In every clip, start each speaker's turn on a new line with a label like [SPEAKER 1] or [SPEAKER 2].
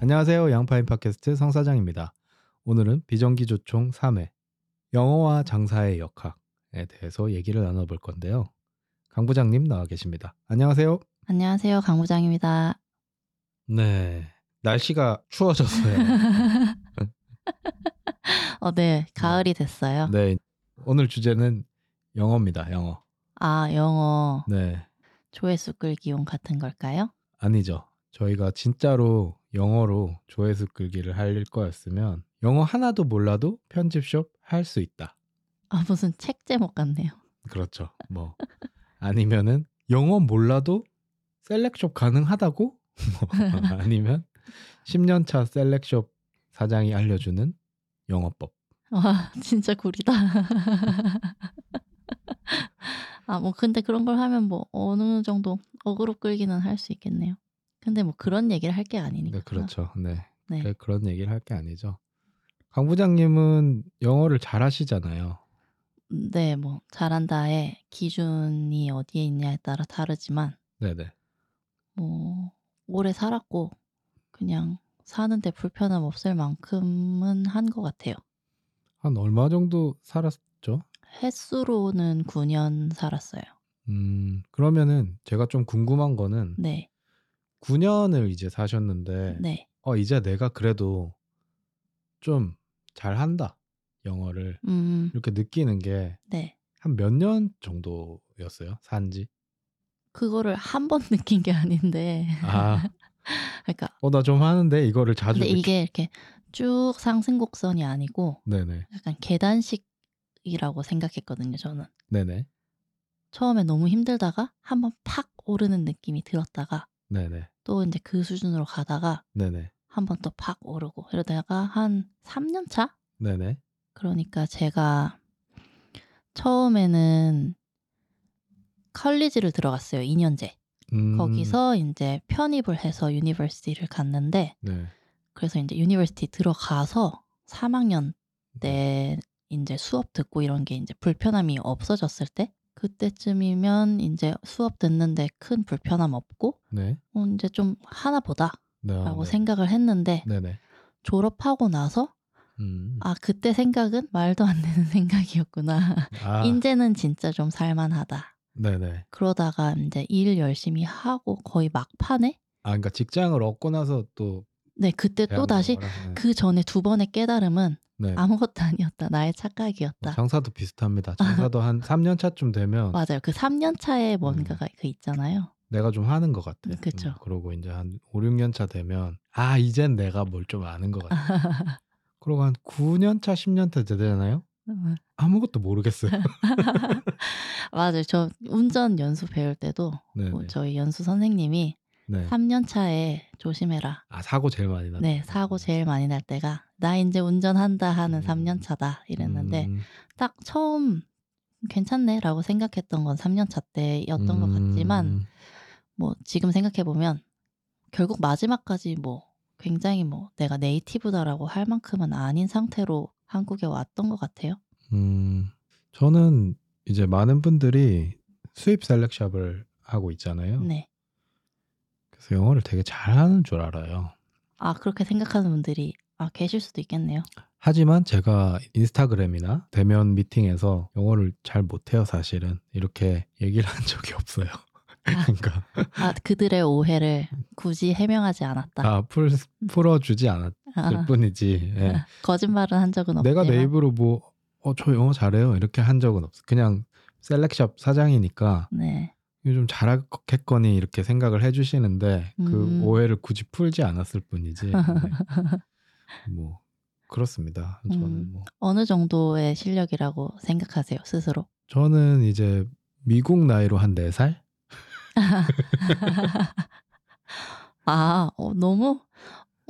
[SPEAKER 1] 안녕하세요. 양파인 팟캐스트 성사장입니다. 오늘은 비정기 조총 3회 영어와 장사의 역학에 대해서 얘기를 나눠볼 건데요. 강 부장님 나와 계십니다. 안녕하세요.
[SPEAKER 2] 안녕하세요, 강 부장입니다.
[SPEAKER 1] 네. 날씨가 추워졌어요.
[SPEAKER 2] 어, 네, 가을이 됐어요.
[SPEAKER 1] 네. 오늘 주제는 영어입니다. 영어.
[SPEAKER 2] 아, 영어
[SPEAKER 1] 네.
[SPEAKER 2] 조회수 끌기용 같은 걸까요?
[SPEAKER 1] 아니죠. 저희가 진짜로 영어로 조회수 끌기를 할 거였으면 영어 하나도 몰라도 편집숍 할 수 있다.
[SPEAKER 2] 아, 무슨 책 제목 같네요.
[SPEAKER 1] 그렇죠. 뭐 아니면은 영어 몰라도 셀렉숍 가능하다고? 뭐 아니면 10년 차 셀렉숍 사장이 알려주는 영어법.
[SPEAKER 2] 와, 진짜 구리다. 아, 뭐 근데 그런 걸 하면 뭐 어느 정도 어그로 끌기는 할 수 있겠네요. 근데 뭐 그런 얘기를 할 게 아니니까.
[SPEAKER 1] 네, 그렇죠. 네.
[SPEAKER 2] 그러니까. 네.
[SPEAKER 1] 그- 그런 얘기를 할 게 아니죠. 강 부장님은 영어를 잘하시잖아요.
[SPEAKER 2] 네, 뭐 잘한다의 기준이 어디에 있냐에 따라 다르지만
[SPEAKER 1] 네, 네.
[SPEAKER 2] 뭐 오래 살았고 그냥 사는데 불편함 없을 만큼은 한 것 같아요.
[SPEAKER 1] 한 얼마 정도 살았죠?
[SPEAKER 2] 횟수로는 9년 살았어요.
[SPEAKER 1] 음, 그러면은 제가 좀 궁금한 거는
[SPEAKER 2] 네,
[SPEAKER 1] 9년을 이제 사셨는데
[SPEAKER 2] 네,
[SPEAKER 1] 어, 이제 내가 그래도 좀 잘한다. 영어를
[SPEAKER 2] 음,
[SPEAKER 1] 이렇게 느끼는 게 한 몇
[SPEAKER 2] 네.
[SPEAKER 1] 년 정도였어요. 산지.
[SPEAKER 2] 그거를 한 번 느낀 게 아닌데,
[SPEAKER 1] 아,
[SPEAKER 2] 그러니까
[SPEAKER 1] 어, 나 좀 하는데 이거를 자주
[SPEAKER 2] 근데
[SPEAKER 1] 느끼-
[SPEAKER 2] 이게 이렇게 쭉 상승 곡선이 아니고
[SPEAKER 1] 네네.
[SPEAKER 2] 약간 계단식이라고 생각했거든요. 저는
[SPEAKER 1] 네네.
[SPEAKER 2] 처음에 너무 힘들다가 한번 팍 오르는 느낌이 들었다가
[SPEAKER 1] 네네.
[SPEAKER 2] 또 이제 그 수준으로 가다가
[SPEAKER 1] 네네.
[SPEAKER 2] 한번 또 팍 오르고 이러다가 한 3년 차
[SPEAKER 1] 네네.
[SPEAKER 2] 그러니까 제가 처음에는 컬리지를 들어갔어요. 2년제.
[SPEAKER 1] 음,
[SPEAKER 2] 거기서 이제 편입을 해서 유니버시티를 갔는데
[SPEAKER 1] 네.
[SPEAKER 2] 그래서 이제 유니버시티 들어가서 3학년 때 이제 수업 듣고 이런 게 이제 불편함이 없어졌을 때 그때쯤이면 이제 수업 듣는데 큰 불편함 없고
[SPEAKER 1] 네.
[SPEAKER 2] 어, 이제 좀 하나 보다라고
[SPEAKER 1] 네. 아, 네.
[SPEAKER 2] 생각을 했는데
[SPEAKER 1] 네네.
[SPEAKER 2] 졸업하고 나서
[SPEAKER 1] 음.
[SPEAKER 2] 아 그때 생각은 말도 안 되는 생각이었구나.
[SPEAKER 1] 아,
[SPEAKER 2] 인제는 진짜 좀 살만하다.
[SPEAKER 1] 네네.
[SPEAKER 2] 그러다가 이제 일 열심히 하고 거의 막판에
[SPEAKER 1] 아, 그러니까 직장을 얻고 나서 또
[SPEAKER 2] 네 그때 또 다시
[SPEAKER 1] 거라.
[SPEAKER 2] 그 전에 두 번의 깨달음은
[SPEAKER 1] 네. 네.
[SPEAKER 2] 아무것도 아니었다. 나의 착각이었다.
[SPEAKER 1] 뭐 장사도 비슷합니다. 장사도 한 3년 차쯤 되면
[SPEAKER 2] 맞아요. 그 3년
[SPEAKER 1] 음.
[SPEAKER 2] 차에 뭔가가 그 있잖아요.
[SPEAKER 1] 내가 좀 하는 것 같아.
[SPEAKER 2] 음, 그쵸.
[SPEAKER 1] 그러고 이제 한 5, 6년 차 되면 아 이젠 내가 뭘 좀 아는 것 같아. 그러고 한 9년 차, 10년 차 되잖아요. 아무것도 모르겠어요.
[SPEAKER 2] 음.
[SPEAKER 1] 네,
[SPEAKER 2] 맞아요. 저 운전 연수 배울 때도
[SPEAKER 1] 네.
[SPEAKER 2] 뭐 저희 연수 선생님이
[SPEAKER 1] 네.
[SPEAKER 2] 3년 차에 조심해라.
[SPEAKER 1] 아 사고 제일 많이 나.
[SPEAKER 2] 네, 사고 제일 많이 날 때가 나 이제 운전한다 하는
[SPEAKER 1] 음.
[SPEAKER 2] 3년 차다 이랬는데
[SPEAKER 1] 음,
[SPEAKER 2] 딱 처음 괜찮네라고 생각했던 건 3년 차 때였던 것
[SPEAKER 1] 음,
[SPEAKER 2] 같지만 뭐 지금 생각해 보면 결국 마지막까지 뭐 굉장히 뭐 내가 네이티브다라고 할 만큼은 아닌 상태로 한국에 왔던 것 같아요.
[SPEAKER 1] 음, 저는 이제 많은 분들이 수입 셀렉샵을 하고 있잖아요.
[SPEAKER 2] 네.
[SPEAKER 1] 그래서 영어를 되게 잘하는 줄 알아요.
[SPEAKER 2] 아 그렇게 생각하는 분들이 아 계실 수도 있겠네요.
[SPEAKER 1] 하지만 제가 인스타그램이나 대면 미팅에서 영어를 잘 못해요, 사실은. 이렇게 얘기를 한 적이 없어요. 그러니까
[SPEAKER 2] 아 그들의 오해를 굳이 해명하지 않았다.
[SPEAKER 1] 다 풀, 풀어주지 않았을
[SPEAKER 2] 아,
[SPEAKER 1] 뿐이지. 예.
[SPEAKER 2] 거짓말은 한 적은 없지만
[SPEAKER 1] 내가 내 입으로 뭐, 어, 저 영어 잘해요. 이렇게 한 적은 없어. 그냥 셀렉샵 사장이니까
[SPEAKER 2] 네.
[SPEAKER 1] 이거 좀 잘하겠거니 이렇게 생각을 해주시는데 그
[SPEAKER 2] 음.
[SPEAKER 1] 오해를 굳이 풀지 않았을 뿐이지. 네. 뭐, 그렇습니다. 저는
[SPEAKER 2] 음.
[SPEAKER 1] 뭐.
[SPEAKER 2] 어느 정도의 실력이라고 생각하세요 스스로?
[SPEAKER 1] 저는 이제 미국 나이로 한 4살?
[SPEAKER 2] 아, 어, 너무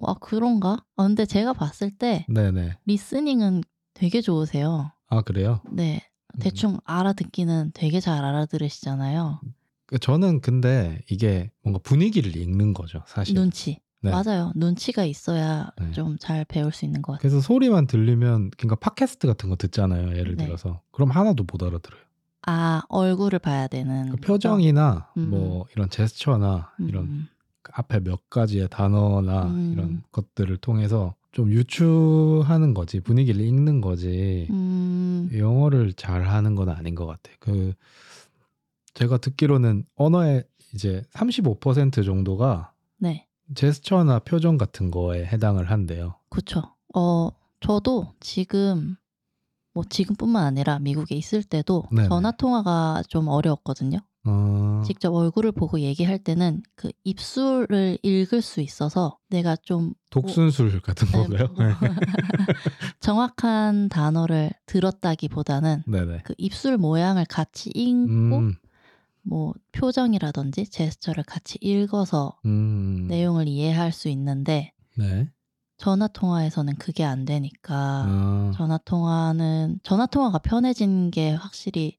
[SPEAKER 2] 아 그런가? 아, 근데 제가 봤을 때
[SPEAKER 1] 네네.
[SPEAKER 2] 리스닝은 되게 좋으세요.
[SPEAKER 1] 아 그래요?
[SPEAKER 2] 네,
[SPEAKER 1] 음.
[SPEAKER 2] 대충 알아듣기는 되게 잘 알아들으시잖아요.
[SPEAKER 1] 그 저는 근데 이게 뭔가 분위기를 읽는 거죠, 사실.
[SPEAKER 2] 눈치.
[SPEAKER 1] 네.
[SPEAKER 2] 맞아요. 눈치가 있어야
[SPEAKER 1] 네.
[SPEAKER 2] 좀 잘 배울 수 있는 것 같아요.
[SPEAKER 1] 그래서 소리만 들리면 그러니까 팟캐스트 같은 거 듣잖아요, 예를
[SPEAKER 2] 네.
[SPEAKER 1] 들어서. 그럼 하나도 못 알아들어요.
[SPEAKER 2] 아, 얼굴을 봐야 되는.
[SPEAKER 1] 그러니까 표정이나
[SPEAKER 2] 음.
[SPEAKER 1] 뭐 이런 제스처나
[SPEAKER 2] 거죠?
[SPEAKER 1] 이런 그
[SPEAKER 2] 음,
[SPEAKER 1] 앞에 몇 가지의 단어나
[SPEAKER 2] 음.
[SPEAKER 1] 이런 것들을 통해서 좀 유추하는 거지 분위기를 읽는 거지
[SPEAKER 2] 음,
[SPEAKER 1] 예. 영어를 잘하는 건 아닌 것 같아. 그 제가 듣기로는 언어의 이제 35% 정도가
[SPEAKER 2] 네,
[SPEAKER 1] 제스처나 표정 같은 거에 해당을 한대요.
[SPEAKER 2] 그쵸. 어, 저도 지금 뭐 지금뿐만 아니라 미국에 있을 때도
[SPEAKER 1] 네네.
[SPEAKER 2] 전화 통화가 좀 어려웠거든요.
[SPEAKER 1] 어,
[SPEAKER 2] 직접 얼굴을 보고 얘기할 때는 그 입술을 읽을 수 있어서 내가 좀
[SPEAKER 1] 독순술 같은
[SPEAKER 2] 네,
[SPEAKER 1] 건가요?
[SPEAKER 2] 뭐 정확한 단어를 들었다기보다는
[SPEAKER 1] 네네.
[SPEAKER 2] 그 입술 모양을 같이 읽고
[SPEAKER 1] 음,
[SPEAKER 2] 뭐 표정이라든지 제스처를 같이 읽어서
[SPEAKER 1] 음,
[SPEAKER 2] 내용을 이해할 수 있는데
[SPEAKER 1] 네.
[SPEAKER 2] 전화 통화에서는 그게 안 되니까
[SPEAKER 1] 아,
[SPEAKER 2] 전화 통화는 전화 통화가 편해진 게 확실히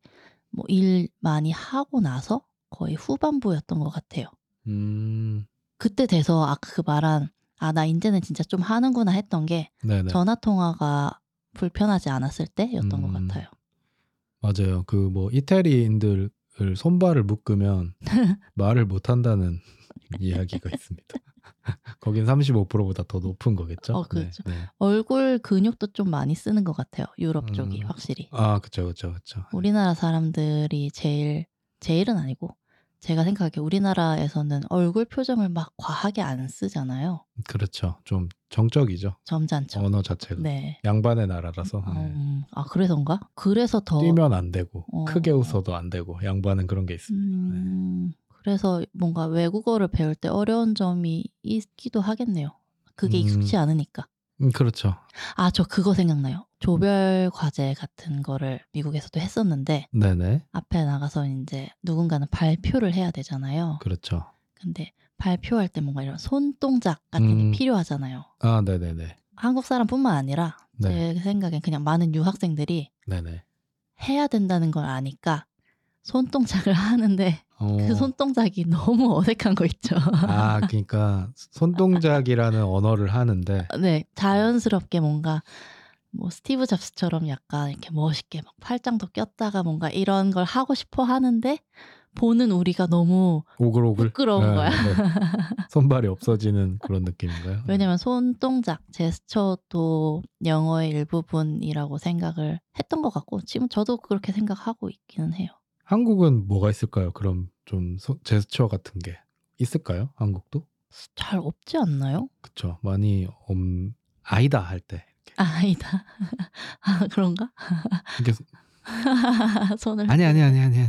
[SPEAKER 2] 뭐 일 많이 하고 나서 거의 후반부였던 것 같아요.
[SPEAKER 1] 음,
[SPEAKER 2] 그때 돼서 아까 그 말한 아 나 이제는 진짜 좀 하는구나 했던 게
[SPEAKER 1] 네네.
[SPEAKER 2] 전화 통화가 불편하지 않았을 때였던 것
[SPEAKER 1] 음.
[SPEAKER 2] 같아요.
[SPEAKER 1] 맞아요. 그 뭐 이태리인들을 손발을 묶으면 말을 못 한다는 이야기가 있습니다. 거긴 35%보다 더 높은 거겠죠?
[SPEAKER 2] 어, 그렇죠.
[SPEAKER 1] 네, 네.
[SPEAKER 2] 얼굴 근육도 좀 많이 쓰는 것 같아요. 유럽 쪽이
[SPEAKER 1] 음.
[SPEAKER 2] 확실히.
[SPEAKER 1] 아, 그렇죠. 그렇죠. 그렇죠.
[SPEAKER 2] 우리나라 사람들이 제일 제일은 아니고 제가 생각하기에 우리나라에서는 얼굴 표정을 막 과하게 안 쓰잖아요.
[SPEAKER 1] 그렇죠. 좀 정적이죠.
[SPEAKER 2] 점잖죠.
[SPEAKER 1] 언어 자체가.
[SPEAKER 2] 네.
[SPEAKER 1] 양반의 나라라서 네.
[SPEAKER 2] 음, 아 그래서인가? 그래서 더
[SPEAKER 1] 뛰면 안 되고
[SPEAKER 2] 어.
[SPEAKER 1] 크게 웃어도 안 되고 양반은 그런 게 있습니다.
[SPEAKER 2] 음, 그래서 뭔가 외국어를 배울 때 어려운 점이 있기도 하겠네요. 그게
[SPEAKER 1] 음.
[SPEAKER 2] 익숙치 않으니까.
[SPEAKER 1] 음, 그렇죠.
[SPEAKER 2] 아, 저 그거
[SPEAKER 1] 음.
[SPEAKER 2] 생각나요. 조별 과제 같은 거를 미국에서도 했었는데
[SPEAKER 1] 네네.
[SPEAKER 2] 앞에 나가서 이제 누군가는 발표를 해야 되잖아요.
[SPEAKER 1] 그렇죠.
[SPEAKER 2] 근데 발표할 때 뭔가 이런 손동작 같은 게
[SPEAKER 1] 음.
[SPEAKER 2] 필요하잖아요.
[SPEAKER 1] 아, 네네네.
[SPEAKER 2] 한국 사람뿐만 아니라
[SPEAKER 1] 네.
[SPEAKER 2] 제 생각엔 그냥 많은 유학생들이
[SPEAKER 1] 네네.
[SPEAKER 2] 해야 된다는 걸 아니까 손동작을 하는데
[SPEAKER 1] 어.
[SPEAKER 2] 그 손동작이 너무 어색한 거 있죠.
[SPEAKER 1] 아, 그러니까 손동작이라는 언어를 하는데
[SPEAKER 2] 네,
[SPEAKER 1] 음.
[SPEAKER 2] 자연스럽게 뭔가 뭐 스티브 잡스처럼 약간 이렇게 멋있게 막 팔짱도 꼈다가 뭔가 이런 걸 하고 싶어 하는데 보는 우리가 너무
[SPEAKER 1] 음. 오글오글
[SPEAKER 2] 부끄러운 거야.
[SPEAKER 1] 네. 손발이 없어지는 그런 느낌인가요? 네.
[SPEAKER 2] 왜냐면 손동작, 제스처도 영어의 일부분이라고 생각을 했던 것 같고 지금 저도 그렇게 생각하고 있기는 해요.
[SPEAKER 1] 한국은 뭐가 있을까요? 그럼 좀 소- 제스처 같은 게 있을까요? 한국도?
[SPEAKER 2] 잘 없지 않나요?
[SPEAKER 1] 그쵸. 많이 음, 아이다 할 때. 이렇게.
[SPEAKER 2] 아니다. 아 그런가?
[SPEAKER 1] 이게
[SPEAKER 2] 손을
[SPEAKER 1] 아니 아니 아니 아니. 아니.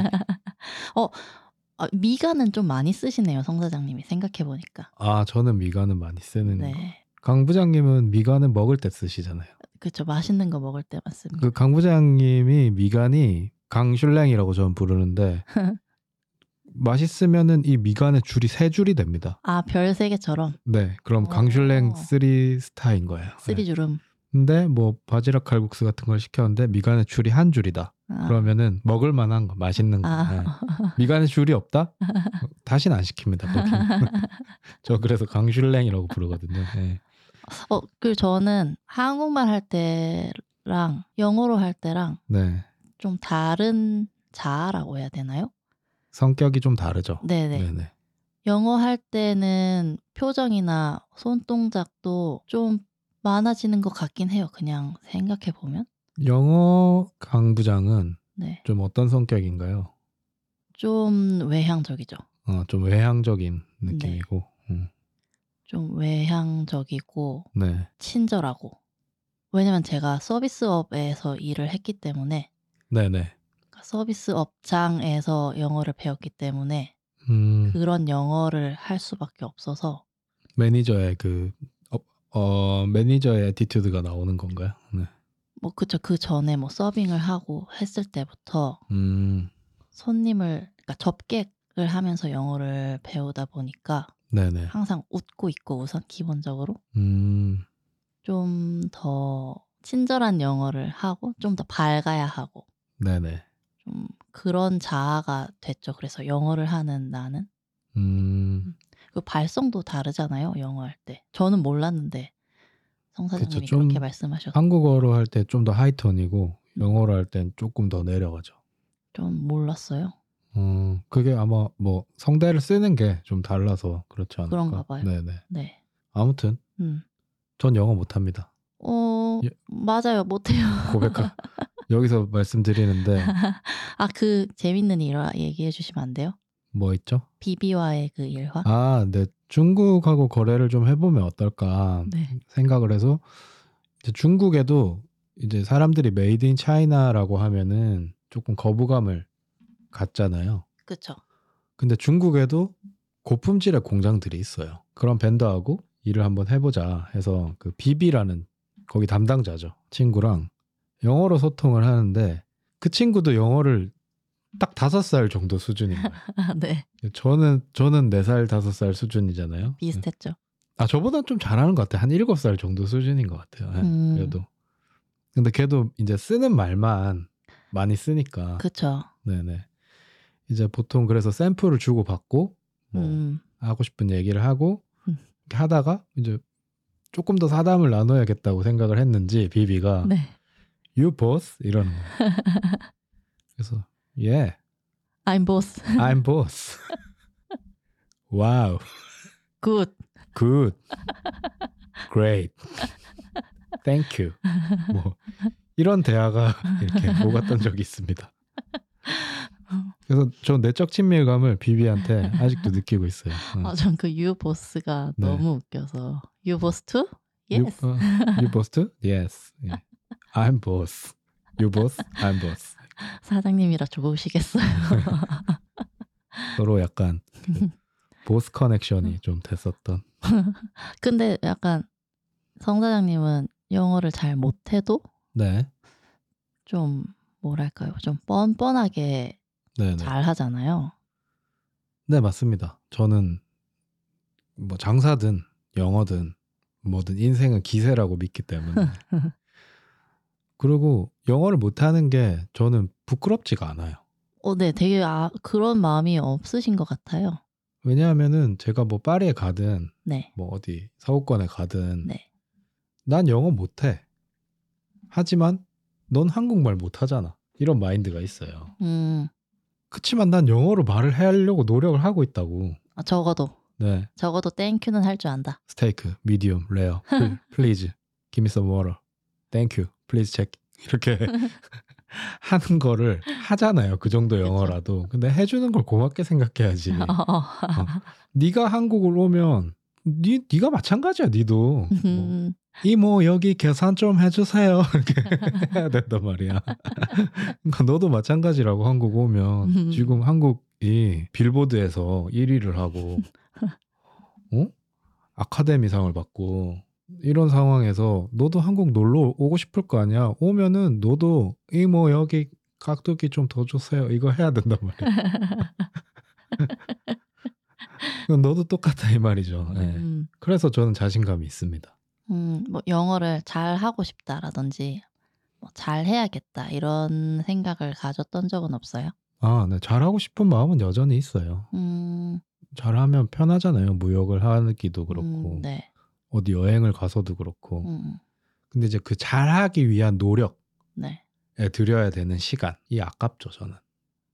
[SPEAKER 2] 아, 미간은 좀 많이 쓰시네요, 성사장님이 생각해 보니까.
[SPEAKER 1] 아 저는 미간은 많이 쓰는. 거.
[SPEAKER 2] 네,
[SPEAKER 1] 강 부장님은 미간은 먹을 때 쓰시잖아요.
[SPEAKER 2] 그렇죠. 맛있는 거 먹을 때 맞습니다.
[SPEAKER 1] 그 강 부장님이 미간이 강슐랭이라고 저는 부르는데 맛있으면은 이 미간의 줄이 세 줄이 됩니다.
[SPEAKER 2] 아, 별 세 개처럼
[SPEAKER 1] 네, 그럼
[SPEAKER 2] 어.
[SPEAKER 1] 강슐랭 쓰리 스타인 거예요. 네.
[SPEAKER 2] 쓰리 주름.
[SPEAKER 1] 근데 뭐 바지락 칼국수 같은 걸 시켰는데 미간의 줄이 한 줄이다.
[SPEAKER 2] 아,
[SPEAKER 1] 그러면은 먹을 만한 거, 맛있는 거.
[SPEAKER 2] 아.
[SPEAKER 1] 네. 미간의 줄이 없다? 다신 안 시킵니다. 그렇게. 저 그래서 강슐랭이라고 부르거든요. 네.
[SPEAKER 2] 어, 그 저는 한국말 할 때랑 영어로 할 때랑
[SPEAKER 1] 네.
[SPEAKER 2] 좀 다른 자아라고 해야 되나요?
[SPEAKER 1] 성격이 좀 다르죠.
[SPEAKER 2] 네네.
[SPEAKER 1] 네네.
[SPEAKER 2] 영어 할 때는 표정이나 손동작도 좀 많아지는 것 같긴 해요. 그냥 생각해 보면.
[SPEAKER 1] 영어 강 부장은
[SPEAKER 2] 네.
[SPEAKER 1] 좀 어떤 성격인가요?
[SPEAKER 2] 좀 외향적이죠.
[SPEAKER 1] 어, 좀 외향적인
[SPEAKER 2] 네.
[SPEAKER 1] 느낌이고. 음,
[SPEAKER 2] 좀 외향적이고
[SPEAKER 1] 네.
[SPEAKER 2] 친절하고. 왜냐면 제가 서비스업에서 일을 했기 때문에
[SPEAKER 1] 네네.
[SPEAKER 2] 그러니까 서비스 업장에서 영어를 배웠기 때문에
[SPEAKER 1] 음,
[SPEAKER 2] 그런 영어를 할 수밖에 없어서
[SPEAKER 1] 매니저의 그, 어, 어, 매니저의 에티튜드가 나오는 건가요? 네.
[SPEAKER 2] 뭐 그쵸 그 전에 뭐 서빙을 하고 했을 때부터
[SPEAKER 1] 음,
[SPEAKER 2] 손님을 그러니까 접객을 하면서 영어를 배우다 보니까
[SPEAKER 1] 네네.
[SPEAKER 2] 항상 웃고 있고 우선 기본적으로
[SPEAKER 1] 음,
[SPEAKER 2] 좀 더 친절한 영어를 하고 좀 더 밝아야 하고
[SPEAKER 1] 네네.
[SPEAKER 2] 좀 그런 자아가 됐죠. 그래서 영어를 하는 나는
[SPEAKER 1] 음,
[SPEAKER 2] 그 발성도 다르잖아요. 영어할 때 저는 몰랐는데
[SPEAKER 1] 그쵸,
[SPEAKER 2] 성사장님이
[SPEAKER 1] 좀
[SPEAKER 2] 그렇게 말씀하셔서
[SPEAKER 1] 한국어로 할 때 좀 더 하이톤이고 영어로 할 땐 조금 더 내려가죠.
[SPEAKER 2] 좀 몰랐어요.
[SPEAKER 1] 음, 그게 아마 뭐 성대를 쓰는 게 좀 달라서 그렇지 않을까.
[SPEAKER 2] 그런가 봐요.
[SPEAKER 1] 네네.
[SPEAKER 2] 네.
[SPEAKER 1] 아무튼
[SPEAKER 2] 음.
[SPEAKER 1] 전 영어 못합니다.
[SPEAKER 2] 어,
[SPEAKER 1] 예.
[SPEAKER 2] 맞아요. 못해요.
[SPEAKER 1] 고백하 여기서 말씀드리는데
[SPEAKER 2] 아, 그 재밌는 일화 얘기해 주시면 안 돼요?
[SPEAKER 1] 뭐 있죠?
[SPEAKER 2] 비비와의 그 일화?
[SPEAKER 1] 아, 네. 중국하고 거래를 좀 해보면 어떨까
[SPEAKER 2] 네.
[SPEAKER 1] 생각을 해서 이제 중국에도 이제 사람들이 메이드 인 차이나라고 하면은 조금 거부감을 갖잖아요.
[SPEAKER 2] 그쵸.
[SPEAKER 1] 근데 중국에도 고품질의 공장들이 있어요. 그런 밴드하고 일을 한번 해보자 해서 그 비비라는 거기 담당자죠 친구랑 영어로 소통을 하는데 그 친구도 영어를 딱 다섯 살 정도 수준인 거예요.
[SPEAKER 2] 아, 네.
[SPEAKER 1] 저는 저는 네 살 다섯 살 수준이잖아요.
[SPEAKER 2] 비슷했죠.
[SPEAKER 1] 아 저보다 좀 잘하는 것 같아. 한 일곱 살 정도 수준인 것 같아요. 예,
[SPEAKER 2] 음.
[SPEAKER 1] 그래도 근데 걔도 이제 쓰는 말만 많이 쓰니까.
[SPEAKER 2] 그쵸.
[SPEAKER 1] 네네. 이제 보통 그래서 샘플을 주고 받고 뭐
[SPEAKER 2] 음.
[SPEAKER 1] 하고 싶은 얘기를 하고
[SPEAKER 2] 음.
[SPEAKER 1] 이렇게 하다가 이제 조금 더 사담을 나눠야겠다고 생각을 했는지 비비가
[SPEAKER 2] 네.
[SPEAKER 1] you boss 이러는 거예요. 그래서 yeah
[SPEAKER 2] I'm boss.
[SPEAKER 1] I'm boss. 와우
[SPEAKER 2] Good.
[SPEAKER 1] good great thank you 뭐 이런 대화가 이렇게 오갔던 적이 있습니다. 그래서 저 내적 친밀감을 비비한테 아직도 느끼고 있어요. 응.
[SPEAKER 2] 아, 전그 유보스가
[SPEAKER 1] 음. 네.
[SPEAKER 2] 너무 웃겨서. 유보스 투? Yes.
[SPEAKER 1] You, uh, you boss too? Yes. 예. I'm boss. You boss? I'm boss.
[SPEAKER 2] 사장님이라 좋으시겠어요.
[SPEAKER 1] 서로 약간 그 보스
[SPEAKER 2] 음.
[SPEAKER 1] 커넥션이 좀 됐었던.
[SPEAKER 2] 근데 약간 성 사장님은 영어를 잘 못해도
[SPEAKER 1] 네.
[SPEAKER 2] 좀 뭐랄까요? 좀 뻔뻔하게
[SPEAKER 1] 네, 네.
[SPEAKER 2] 잘 하잖아요.
[SPEAKER 1] 네, 맞습니다. 저는 뭐 장사든 영어든 뭐든 인생은 기세라고 믿기 때문에. 그리고 영어를 못하는 게 저는 부끄럽지가 않아요.
[SPEAKER 2] 어, 네, 되게 아, 그런 마음이 없으신 것 같아요.
[SPEAKER 1] 왜냐하면은 제가 뭐 파리에 가든
[SPEAKER 2] 네,
[SPEAKER 1] 뭐 어디 서구권에 가든
[SPEAKER 2] 네.
[SPEAKER 1] 난 영어 못해. 하지만 넌 한국말 못하잖아. 이런 마인드가 있어요.
[SPEAKER 2] 음,
[SPEAKER 1] 그치만 난 영어로 말을 하려고 노력을 하고 있다고.
[SPEAKER 2] 아, 적어도
[SPEAKER 1] 네.
[SPEAKER 2] 적어도 땡큐는 할 줄 안다.
[SPEAKER 1] 스테이크, 미디움, 레어. 플리즈. give me some water. thank you. please check. 이렇게 하는 거를 하잖아요. 그 정도 영어라도. 근데 해 주는 걸 고맙게 생각해야지.
[SPEAKER 2] 어, 어.
[SPEAKER 1] 네가 한국을 오면 네 네가 마찬가지야, 니도. 뭐
[SPEAKER 2] 음,
[SPEAKER 1] 이모 여기 계산 좀 해주세요 이렇게 해야 된단 말이야 그러니까 너도 마찬가지라고 한국 오면
[SPEAKER 2] 음.
[SPEAKER 1] 지금 한국이 빌보드에서 1위를 하고 어? 아카데미상을 받고 이런 상황에서 너도 한국 놀러 오고 싶을 거 아니야 오면은 너도 이모 뭐 여기 깍두기 좀 더 주세요 이거 해야 된단 말이야 그럼 너도 똑같다 이 말이죠 예.
[SPEAKER 2] 음,
[SPEAKER 1] 그래서 저는 자신감이 있습니다
[SPEAKER 2] 음, 뭐 영어를 잘 하고 싶다라든지 뭐 잘 해야겠다 이런 생각을 가졌던 적은 없어요.
[SPEAKER 1] 아, 네. 잘하고 싶은 마음은 여전히 있어요.
[SPEAKER 2] 음,
[SPEAKER 1] 잘하면 편하잖아요. 무역을 하기도 그렇고,
[SPEAKER 2] 음, 네,
[SPEAKER 1] 어디 여행을 가서도 그렇고.
[SPEAKER 2] 음,
[SPEAKER 1] 근데 이제 그 잘하기 위한 노력에
[SPEAKER 2] 네,
[SPEAKER 1] 들여야 되는 시간이 아깝죠, 저는.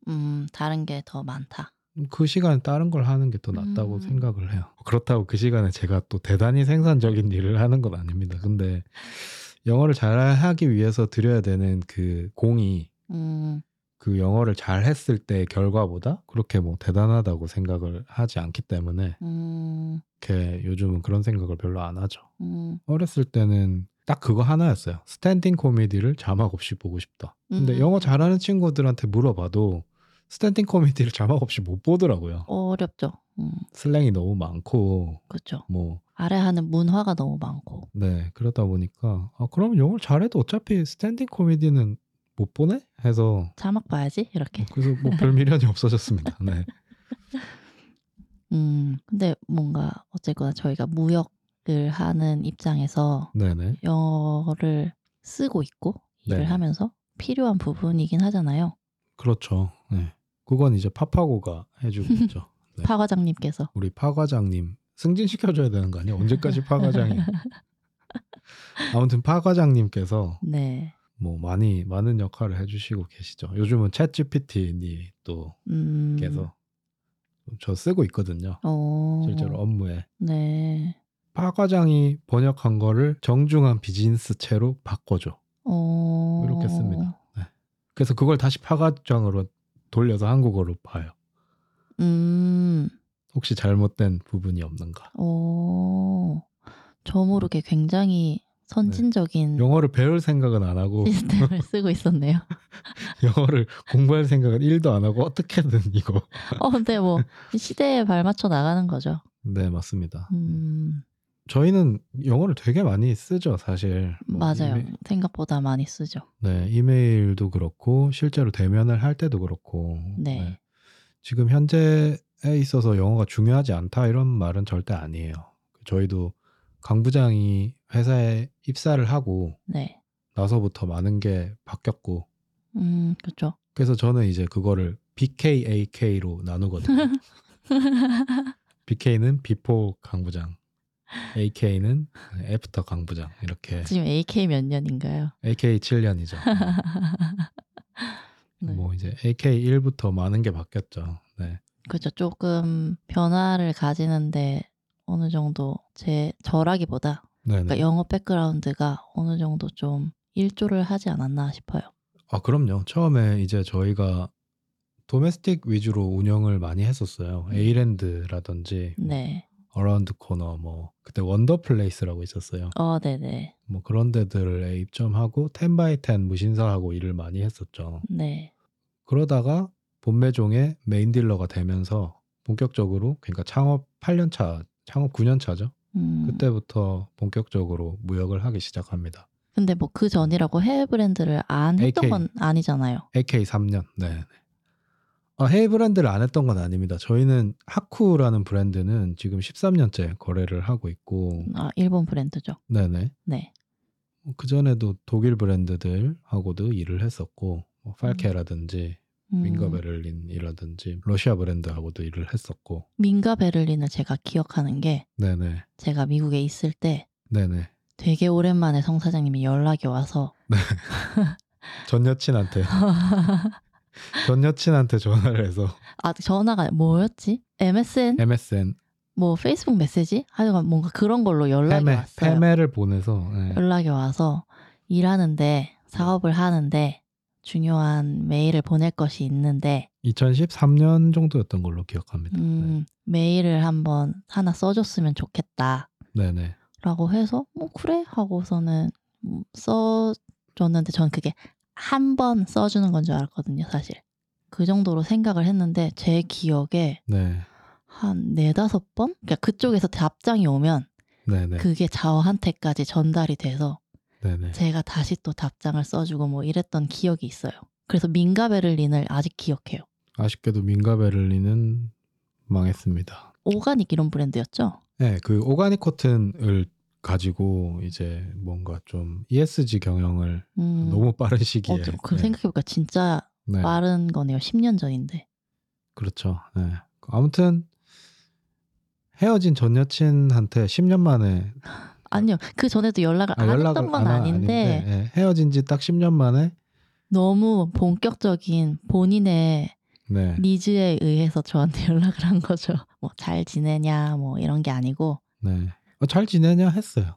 [SPEAKER 2] 음, 다른 게 더 많다.
[SPEAKER 1] 그 시간에 다른 걸 하는 게 더 낫다고
[SPEAKER 2] 음.
[SPEAKER 1] 생각을 해요. 그렇다고 그 시간에 제가 또 대단히 생산적인 일을 하는 건 아닙니다. 근데 영어를 잘하기 위해서 들여야 되는 그 공이
[SPEAKER 2] 음,
[SPEAKER 1] 그 영어를 잘했을 때의 결과보다 그렇게 뭐 대단하다고 생각을 하지 않기 때문에
[SPEAKER 2] 음,
[SPEAKER 1] 이렇게 요즘은 그런 생각을 별로 안 하죠.
[SPEAKER 2] 음,
[SPEAKER 1] 어렸을 때는 딱 그거 하나였어요. 스탠딩 코미디를 자막 없이 보고 싶다. 근데
[SPEAKER 2] 음.
[SPEAKER 1] 영어 잘하는 친구들한테 물어봐도 스탠딩 코미디를 자막 없이 못 보더라고요.
[SPEAKER 2] 어렵죠. 음,
[SPEAKER 1] 슬랭이 너무 많고
[SPEAKER 2] 그렇죠.
[SPEAKER 1] 뭐
[SPEAKER 2] 아래 하는 문화가 너무 많고.
[SPEAKER 1] 네, 그러다 보니까 아, 그럼 영어를 잘해도 어차피 스탠딩 코미디는 못 보네? 해서
[SPEAKER 2] 자막 봐야지 이렇게.
[SPEAKER 1] 그래서 뭐 별 미련이 없어졌습니다. 네.
[SPEAKER 2] 음, 근데 뭔가 어쨌거나 저희가 무역을 하는 입장에서
[SPEAKER 1] 네, 네.
[SPEAKER 2] 영어를 쓰고 있고 일을
[SPEAKER 1] 네네.
[SPEAKER 2] 하면서 필요한 부분이긴 하잖아요.
[SPEAKER 1] 그렇죠. 네. 그건 이제 파파고가 해주고 있죠. 네.
[SPEAKER 2] 파 과장님께서
[SPEAKER 1] 우리 파 과장님 승진시켜줘야 되는 거 아니야? 언제까지 파 과장이? 아무튼 파 과장님께서
[SPEAKER 2] 네,
[SPEAKER 1] 뭐 많이 많은 역할을 해주시고 계시죠. 요즘은 챗 GPT니 또
[SPEAKER 2] 음.
[SPEAKER 1] 계속 저 쓰고 있거든요.
[SPEAKER 2] 어.
[SPEAKER 1] 실제로 업무에
[SPEAKER 2] 네.
[SPEAKER 1] 파 과장이 번역한 거를 정중한 비즈니스 채로 바꿔줘.
[SPEAKER 2] 어.
[SPEAKER 1] 이렇게 씁니다. 그래서 그걸 다시 파 과장으로 돌려서 한국어로 봐요.
[SPEAKER 2] 음.
[SPEAKER 1] 혹시 잘못된 부분이 없는가?
[SPEAKER 2] 어. 저 모르게 굉장히 선진적인
[SPEAKER 1] 네. 영어를 배울 생각은 안 하고
[SPEAKER 2] 시스템을 쓰고 있었네요.
[SPEAKER 1] 영어를 공부할 생각은 1도 안 하고 어떻게든 이거.
[SPEAKER 2] 어, 근데 뭐 시대에 발맞춰 나가는 거죠.
[SPEAKER 1] 네, 맞습니다.
[SPEAKER 2] 음,
[SPEAKER 1] 저희는 영어를 되게 많이 쓰죠, 사실. 뭐
[SPEAKER 2] 맞아요.
[SPEAKER 1] 이메-
[SPEAKER 2] 생각보다 많이 쓰죠.
[SPEAKER 1] 네, 이메일도 그렇고 실제로 대면을 할 때도 그렇고.
[SPEAKER 2] 네.
[SPEAKER 1] 지금 현재에 있어서 영어가 중요하지 않다 이런 말은 절대 아니에요. 저희도 강 부장이 회사에 입사를 하고
[SPEAKER 2] 네.
[SPEAKER 1] 나서부터 많은 게 바뀌었고
[SPEAKER 2] 음, 그렇죠.
[SPEAKER 1] 그래서 저는 이제 그거를 BKAK로 나누거든요. BK는 비포 강 부장, AK는 애프터 강 부장 이렇게
[SPEAKER 2] 지금 AK 몇 년인가요?
[SPEAKER 1] AK 7년이죠.
[SPEAKER 2] 네.
[SPEAKER 1] 뭐 이제 AK 1부터 많은 게 바뀌었죠. 네.
[SPEAKER 2] 그렇죠. 조금 변화를 가지는데 어느 정도 제 저라기보다
[SPEAKER 1] 네.
[SPEAKER 2] 그러니까 영어 백그라운드가 어느 정도 좀 일조를 하지 않았나 싶어요.
[SPEAKER 1] 아 그럼요. 처음에 이제 저희가 도메스틱 위주로 운영을 많이 했었어요. 에이랜드라든지
[SPEAKER 2] 음. 네.
[SPEAKER 1] 어라운드 코너 뭐 그때 원더플레이스라고 있었어요.
[SPEAKER 2] 어, 네, 네.
[SPEAKER 1] 뭐 그런 데들에 입점하고 10바이10 무신사하고 일을 많이 했었죠.
[SPEAKER 2] 네.
[SPEAKER 1] 그러다가 본매종의 메인 딜러가 되면서 본격적으로 그러니까 창업 8년 차, 창업 9년 차죠.
[SPEAKER 2] 음.
[SPEAKER 1] 그때부터 본격적으로 무역을 하기 시작합니다.
[SPEAKER 2] 근데 뭐 그 전이라고 해외 브랜드를 안 했던
[SPEAKER 1] AK.
[SPEAKER 2] 건 아니잖아요.
[SPEAKER 1] AK 3년. 네. 네. 아, 해외 브랜드를 안 했던 건 아닙니다. 저희는 하쿠라는 브랜드는 지금 13년째 거래를 하고 있고,
[SPEAKER 2] 아, 일본 브랜드죠.
[SPEAKER 1] 네네.
[SPEAKER 2] 네.
[SPEAKER 1] 그 전에도 독일 브랜드들하고도 일을 했었고, 뭐 팔케라든지
[SPEAKER 2] 음,
[SPEAKER 1] 윙거 베를린이라든지 러시아 브랜드하고도 일을 했었고,
[SPEAKER 2] 민가 베를린을 제가 기억하는 게
[SPEAKER 1] 네네.
[SPEAKER 2] 제가 미국에 있을 때
[SPEAKER 1] 네네.
[SPEAKER 2] 되게 오랜만에 성 사장님이 연락이 와서
[SPEAKER 1] 전 여친한테 전 여친한테 전화를 해서
[SPEAKER 2] 아 전화가 뭐였지? MSN?
[SPEAKER 1] MSN
[SPEAKER 2] 뭐 페이스북 메시지? 하여간 뭔가 그런 걸로 연락이
[SPEAKER 1] 패메
[SPEAKER 2] 왔어요. 음.
[SPEAKER 1] 패메를 보내서 네.
[SPEAKER 2] 연락이 와서 일하는데 사업을 하는데 중요한 메일을 보낼 것이 있는데
[SPEAKER 1] 2013년 정도였던 걸로 기억합니다.
[SPEAKER 2] 음, 메일을 한번 하나 써줬으면 좋겠다.
[SPEAKER 1] 네. 네네.
[SPEAKER 2] 라고 해서 뭐 그래 하고서는 음, 써줬는데 전 그게 한 번 써주는 건 줄 알았거든요 사실 그 정도로 생각을 했는데 제 기억에
[SPEAKER 1] 네.
[SPEAKER 2] 한 네다섯 번 그러니까 그쪽에서 답장이 오면
[SPEAKER 1] 네네.
[SPEAKER 2] 그게 자어한테까지 전달이 돼서
[SPEAKER 1] 네네.
[SPEAKER 2] 제가 다시 또 답장을 써주고 뭐 이랬던 기억이 있어요 그래서 민가 베를린을 아직 기억해요
[SPEAKER 1] 아쉽게도 민가 베를린은 망했습니다.
[SPEAKER 2] 오가닉 이런 브랜드였죠
[SPEAKER 1] 네, 그 오가닉 코튼을 가지고 이제 뭔가 좀 ESG 경영을
[SPEAKER 2] 음,
[SPEAKER 1] 아, 너무 빠른 시기에
[SPEAKER 2] 어째- 그
[SPEAKER 1] 네.
[SPEAKER 2] 생각해보니까 진짜
[SPEAKER 1] 네.
[SPEAKER 2] 빠른 거네요 10년 전인데
[SPEAKER 1] 그렇죠. 예. 아무튼 헤어진 전 여친한테 10년 만에
[SPEAKER 2] 아니요 그 전에도 연락을
[SPEAKER 1] 아,
[SPEAKER 2] 그러니까 안
[SPEAKER 1] 연락을
[SPEAKER 2] 했던 건
[SPEAKER 1] 안 하-
[SPEAKER 2] 아닌데,
[SPEAKER 1] 예, 헤어진 지 딱 10년 만에
[SPEAKER 2] 너무 본격적인 본인의
[SPEAKER 1] 네.
[SPEAKER 2] 니즈에 의해서 저한테 연락을 한 거죠 뭐 잘 지내냐 뭐 이런 게 아니고
[SPEAKER 1] 네. 어, 잘 지내냐 했어요.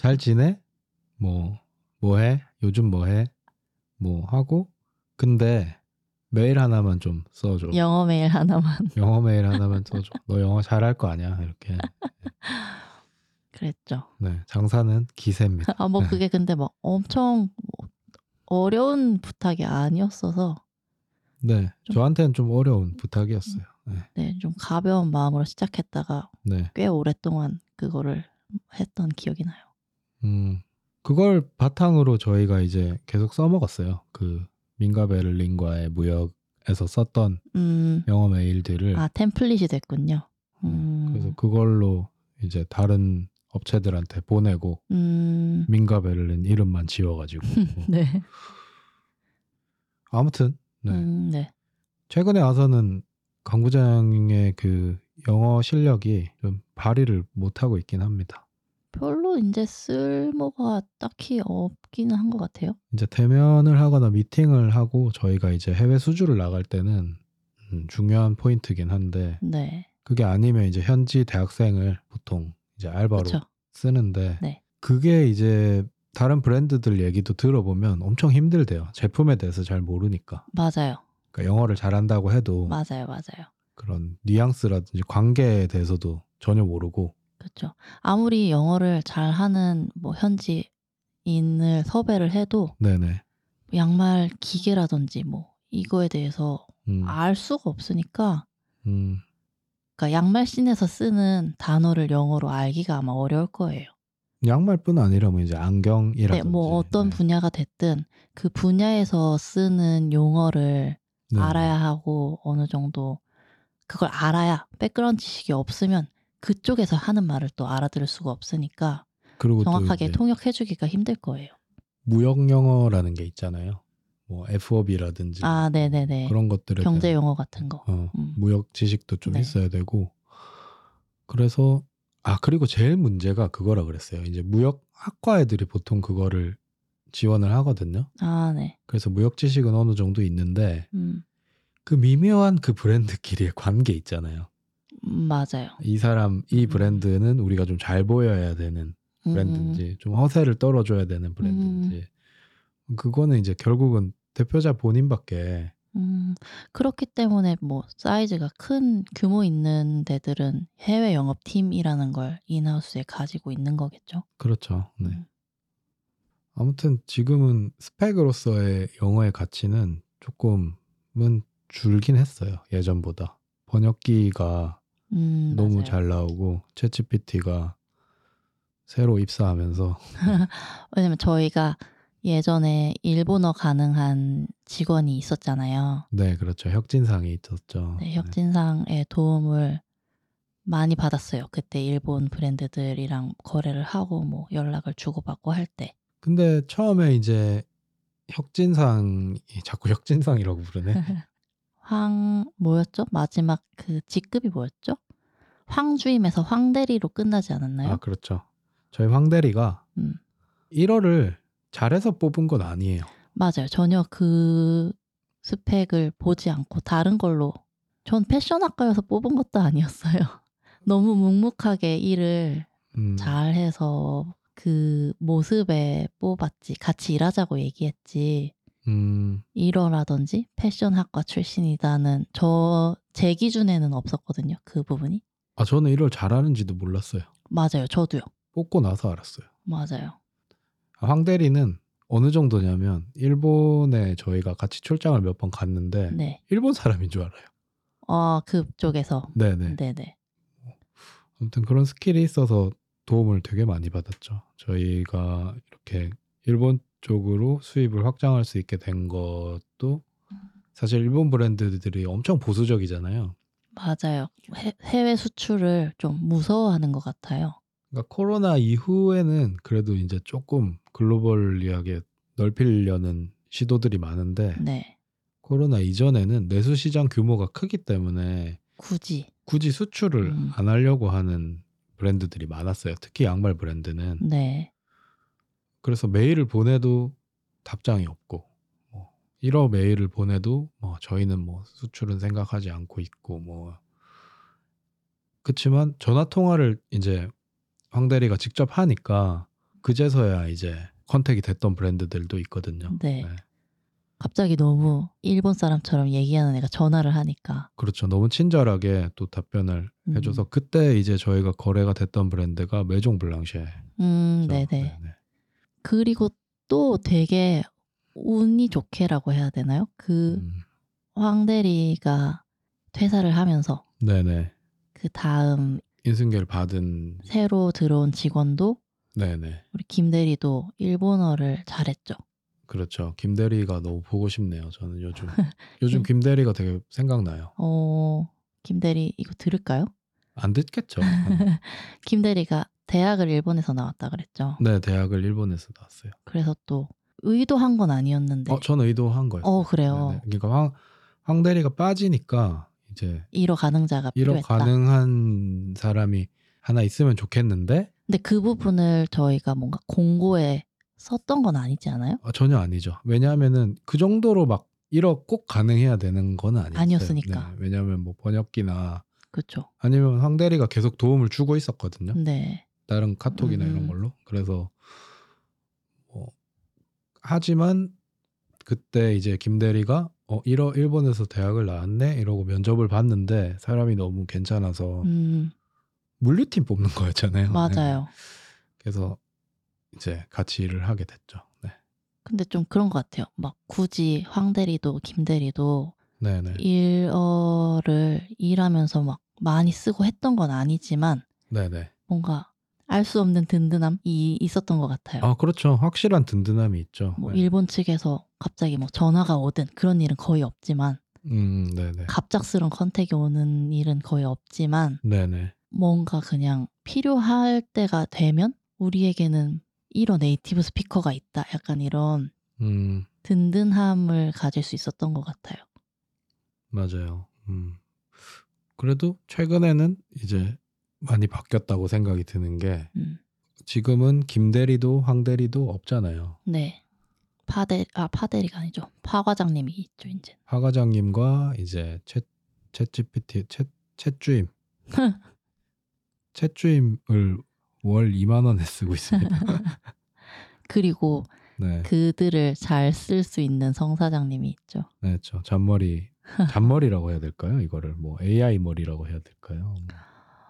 [SPEAKER 1] 잘 지내? 뭐 뭐해? 요즘 뭐해? 뭐 하고 근데 메일 하나만 좀 써줘.
[SPEAKER 2] 영어 메일 하나만
[SPEAKER 1] 영어 메일 하나만 써줘. 너 영어 잘할 거 아니야? 이렇게.
[SPEAKER 2] 그랬죠
[SPEAKER 1] 네. 장사는 기세입니다.
[SPEAKER 2] 아 뭐 그게 근데 막 엄청 뭐 어려운 부탁이 아니었어서
[SPEAKER 1] 네.
[SPEAKER 2] 좀-
[SPEAKER 1] 저한테는 좀 어려운 부탁이었어요. 네.
[SPEAKER 2] 네 좀 가벼운 마음으로 시작했다가
[SPEAKER 1] 네.
[SPEAKER 2] 꽤 오랫동안 그거를 했던 기억이 나요
[SPEAKER 1] 음, 그걸 바탕으로 저희가 이제 계속 써먹었어요. 그 민가 베를린과의 무역에서 썼던
[SPEAKER 2] 음아
[SPEAKER 1] 영어 메일들을
[SPEAKER 2] 템플릿이 됐군요
[SPEAKER 1] 네. 그래서
[SPEAKER 2] 음,
[SPEAKER 1] 그걸로 이제 다른 업체들한테 보내고
[SPEAKER 2] 음,
[SPEAKER 1] 민가 베를린 이름만 지워가지고
[SPEAKER 2] 네.
[SPEAKER 1] 아무튼 네.
[SPEAKER 2] 음, 네.
[SPEAKER 1] 최근에 와서는 강부장의 그 영어 실력이 좀 발휘를 못하고 있긴 합니다.
[SPEAKER 2] 별로 이제 쓸모가 딱히 없기는 한 것 같아요.
[SPEAKER 1] 이제 대면을 하거나 미팅을 하고 저희가 이제 해외 수주를 나갈 때는 음, 중요한 포인트긴 한데
[SPEAKER 2] 네.
[SPEAKER 1] 그게 아니면 이제 현지 대학생을 보통 이제 알바로
[SPEAKER 2] 그렇죠.
[SPEAKER 1] 쓰는데
[SPEAKER 2] 네.
[SPEAKER 1] 그게 이제 다른 브랜드들 얘기도 들어보면 엄청 힘들대요. 제품에 대해서 잘 모르니까.
[SPEAKER 2] 맞아요.
[SPEAKER 1] 그러니까 영어를 잘한다고 해도
[SPEAKER 2] 맞아요. 맞아요.
[SPEAKER 1] 그런 뉘앙스라든지 관계에 대해서도 전혀 모르고
[SPEAKER 2] 그렇죠. 아무리 영어를 잘하는 뭐 현지인을 섭외를 해도
[SPEAKER 1] 네네.
[SPEAKER 2] 양말 기계라든지 뭐 이거에 대해서
[SPEAKER 1] 음,
[SPEAKER 2] 알 수가 없으니까
[SPEAKER 1] 음,
[SPEAKER 2] 그러니까 양말 씬에서 쓰는 단어를 영어로 알기가 아마 어려울 거예요.
[SPEAKER 1] 양말뿐 아니라 뭐 이제
[SPEAKER 2] 네,
[SPEAKER 1] 안경이라든지
[SPEAKER 2] 뭐 어떤
[SPEAKER 1] 네.
[SPEAKER 2] 분야가 됐든 그 분야에서 쓰는 용어를
[SPEAKER 1] 네.
[SPEAKER 2] 알아야 하고 어느 정도 그걸 알아야 백그라운드 지식이 없으면 그쪽에서 하는 말을 또 알아들을 수가 없으니까
[SPEAKER 1] 그리고 또
[SPEAKER 2] 정확하게
[SPEAKER 1] 이제
[SPEAKER 2] 통역해주기가 힘들 거예요.
[SPEAKER 1] 무역 영어라는 게 있잖아요. 뭐 FOB라든지
[SPEAKER 2] 아, 네네네.
[SPEAKER 1] 그런 것들에
[SPEAKER 2] 경제
[SPEAKER 1] 대한
[SPEAKER 2] 용어 같은 거.
[SPEAKER 1] 어,
[SPEAKER 2] 음.
[SPEAKER 1] 무역 지식도 좀
[SPEAKER 2] 네.
[SPEAKER 1] 있어야 되고 그래서 아 그리고 제일 문제가 그거라 그랬어요. 이제 무역 학과 애들이 보통 그거를 지원을 하거든요.
[SPEAKER 2] 아, 네.
[SPEAKER 1] 그래서 무역 지식은 어느 정도 있는데
[SPEAKER 2] 음,
[SPEAKER 1] 그 미묘한 그 브랜드끼리의 관계 있잖아요.
[SPEAKER 2] 음, 맞아요.
[SPEAKER 1] 이 사람 이
[SPEAKER 2] 음.
[SPEAKER 1] 브랜드는 우리가 좀 잘 보여야 되는
[SPEAKER 2] 음,
[SPEAKER 1] 브랜드인지 좀 허세를 떨어줘야 되는 브랜드인지 그거는 이제 결국은 대표자 본인밖에
[SPEAKER 2] 음, 그렇기 때문에 뭐 사이즈가 큰 규모 있는 데들은 해외 영업팀이라는 걸 인하우스에 가지고 있는 거겠죠.
[SPEAKER 1] 그렇죠. 네.
[SPEAKER 2] 음.
[SPEAKER 1] 아무튼 지금은 스펙으로서의 영어의 가치는 조금은 줄긴 했어요. 예전보다 번역기가
[SPEAKER 2] 음,
[SPEAKER 1] 너무
[SPEAKER 2] 맞아요.
[SPEAKER 1] 잘 나오고 챗GPT가 새로 입사하면서
[SPEAKER 2] 왜냐면 저희가 예전에 일본어 가능한 직원이 있었잖아요.
[SPEAKER 1] 네 그렇죠 혁진상이 있었죠.
[SPEAKER 2] 네, 혁진상의 도움을 많이 받았어요. 그때 일본 브랜드들이랑 거래를 하고 뭐 연락을 주고받고 할 때.
[SPEAKER 1] 근데 처음에 이제 혁진상이 자꾸 혁진상이라고 부르네.
[SPEAKER 2] 황 뭐였죠? 마지막 그 직급이 뭐였죠? 황주임에서 황대리로 끝나지 않았나요?
[SPEAKER 1] 아 그렇죠. 저희 황 대리가
[SPEAKER 2] 음.
[SPEAKER 1] 1월을 잘해서 뽑은 건 아니에요.
[SPEAKER 2] 맞아요. 전혀 그 스펙을 보지 않고 다른 걸로 전 패션학과여서 뽑은 것도 아니었어요. 너무 묵묵하게 일을
[SPEAKER 1] 음,
[SPEAKER 2] 잘해서 그 모습에 뽑았지 같이 일하자고 얘기했지
[SPEAKER 1] 음,
[SPEAKER 2] 이러라든지 패션학과 출신이다는 저 제 기준에는 없었거든요 그 부분이
[SPEAKER 1] 아 저는 1월 잘하는지도 몰랐어요.
[SPEAKER 2] 맞아요 저도요
[SPEAKER 1] 뽑고 나서 알았어요.
[SPEAKER 2] 맞아요
[SPEAKER 1] 황 대리는 어느 정도냐면 일본에 저희가 같이 출장을 몇 번 갔는데
[SPEAKER 2] 네
[SPEAKER 1] 일본 사람인 줄 알아요.
[SPEAKER 2] 어, 그쪽에서
[SPEAKER 1] 네네.
[SPEAKER 2] 네네
[SPEAKER 1] 아무튼 그런 스킬이 있어서 도움을 되게 많이 받았죠. 저희가 이렇게 일본 쪽으로 수입을 확장할 수 있게 된 것도 사실 일본 브랜드들이 엄청 보수적이잖아요.
[SPEAKER 2] 맞아요 해, 해외 수출을 좀 무서워하는 것 같아요
[SPEAKER 1] 그러니까 코로나 이후에는 그래도 이제 조금 글로벌리하게 넓히려는 시도들이 많은데
[SPEAKER 2] 네
[SPEAKER 1] 코로나 이전에는 내수 시장 규모가 크기 때문에
[SPEAKER 2] 굳이
[SPEAKER 1] 굳이 수출을
[SPEAKER 2] 음.
[SPEAKER 1] 안 하려고 하는 브랜드들이 많았어요. 특히 양말 브랜드는.
[SPEAKER 2] 네
[SPEAKER 1] 그래서 메일을 보내도 답장이 없고 뭐 1호 메일을 보내도 뭐 저희는 뭐 수출은 생각하지 않고 있고 뭐 그렇지만 전화 통화를 이제 황 대리가 직접 하니까 그제서야 이제 컨택이 됐던 브랜드들도 있거든요.
[SPEAKER 2] 네. 갑자기 너무 일본 사람처럼 얘기하는 애가 전화를 하니까
[SPEAKER 1] 그렇죠. 너무 친절하게 또 답변을
[SPEAKER 2] 음.
[SPEAKER 1] 해줘서 그때 이제 저희가 거래가 됐던 브랜드가 메종 블랑쉐.
[SPEAKER 2] 음 네네 그리고 또 되게 운이 좋게라고 해야 되나요? 그
[SPEAKER 1] 음.
[SPEAKER 2] 황대리가 퇴사를 하면서
[SPEAKER 1] 네네.
[SPEAKER 2] 그 다음
[SPEAKER 1] 인승계를 받은.
[SPEAKER 2] 새로 들어온 직원도
[SPEAKER 1] 네네.
[SPEAKER 2] 우리 김대리도 일본어를 잘했죠.
[SPEAKER 1] 그렇죠. 김대리가 너무 보고 싶네요. 저는 요즘
[SPEAKER 2] 네.
[SPEAKER 1] 요즘 김대리가 되게 생각나요.
[SPEAKER 2] 어, 김대리 이거 들을까요?
[SPEAKER 1] 안 듣겠죠.
[SPEAKER 2] 김대리가 대학을 일본에서 나왔다 그랬죠.
[SPEAKER 1] 네, 대학을 일본에서 나왔어요.
[SPEAKER 2] 그래서 또 의도한 건 아니었는데
[SPEAKER 1] 어, 전 의도한 거예요.
[SPEAKER 2] 네. 어, 그래요.
[SPEAKER 1] 그러니까 황, 황 대리가 빠지니까 이제
[SPEAKER 2] 이러 가능자가
[SPEAKER 1] 이러
[SPEAKER 2] 필요했다.
[SPEAKER 1] 가능한 사람이 하나 있으면 좋겠는데
[SPEAKER 2] 근데 그 부분을 저희가 뭔가 공고에 썼던 건 아니지 않아요?
[SPEAKER 1] 아, 전혀 아니죠. 왜냐하면은 그 정도로 막 1억 꼭 가능해야 되는 건 아니었어요.
[SPEAKER 2] 아니었으니까.
[SPEAKER 1] 네, 왜냐하면 뭐 번역기나
[SPEAKER 2] 그렇죠.
[SPEAKER 1] 아니면 황 대리가 계속 도움을 주고 있었거든요.
[SPEAKER 2] 네.
[SPEAKER 1] 다른 카톡이나 이런
[SPEAKER 2] 음.
[SPEAKER 1] 걸로. 그래서 뭐 하지만 그때 이제 김 대리가 어 이러 일본에서 대학을 나왔네 이러고 면접을 봤는데 사람이 너무 괜찮아서
[SPEAKER 2] 음,
[SPEAKER 1] 물류팀 뽑는 어. 거였잖아요. 네.
[SPEAKER 2] 맞아요.
[SPEAKER 1] 그래서 이제 같이 일을 하게 됐죠. 네,
[SPEAKER 2] 근데 좀 그런 것 같아요. 막 굳이 황 대리도 김 대리도
[SPEAKER 1] 네, 네,
[SPEAKER 2] 일어를 일하면서 막 많이 쓰고 했던 건 아니지만
[SPEAKER 1] 네, 네.
[SPEAKER 2] 뭔가 알 수 없는 든든함이 있었던 것 같아요.
[SPEAKER 1] 아 그렇죠. 확실한 든든함이 있죠.
[SPEAKER 2] 뭐
[SPEAKER 1] 네.
[SPEAKER 2] 일본 측에서 갑자기 뭐 전화가 오든 그런 일은 거의 없지만
[SPEAKER 1] 음, 네, 네,
[SPEAKER 2] 갑작스런 컨택이 오는 일은 거의 없지만
[SPEAKER 1] 네, 네.
[SPEAKER 2] 뭔가 그냥 필요할 때가 되면 우리에게는 이런 네이티브 스피커가 있다. 약간 이런
[SPEAKER 1] 음,
[SPEAKER 2] 든든함을 가질 수 있었던 것 같아요.
[SPEAKER 1] 맞아요. 음. 그래도 최근에는 이제 많이 바뀌었다고 생각이 드는 게
[SPEAKER 2] 음,
[SPEAKER 1] 지금은 김 대리도 황 대리도 없잖아요.
[SPEAKER 2] 네. 파데 아 파데리가 아니죠. 파 과장님이 있죠 이제.
[SPEAKER 1] 하 과장님과 이제 챗챗 GPT 챗챗 주임 챗 주임을 월 2만 원에 쓰고 있습니다.
[SPEAKER 2] 그리고
[SPEAKER 1] 네,
[SPEAKER 2] 그들을 잘 쓸 수 있는 성 사장님이 있죠.
[SPEAKER 1] 네, 저 잔머리 잔머리라고 해야 될까요? 이거를 뭐 AI 머리라고 해야 될까요? 뭐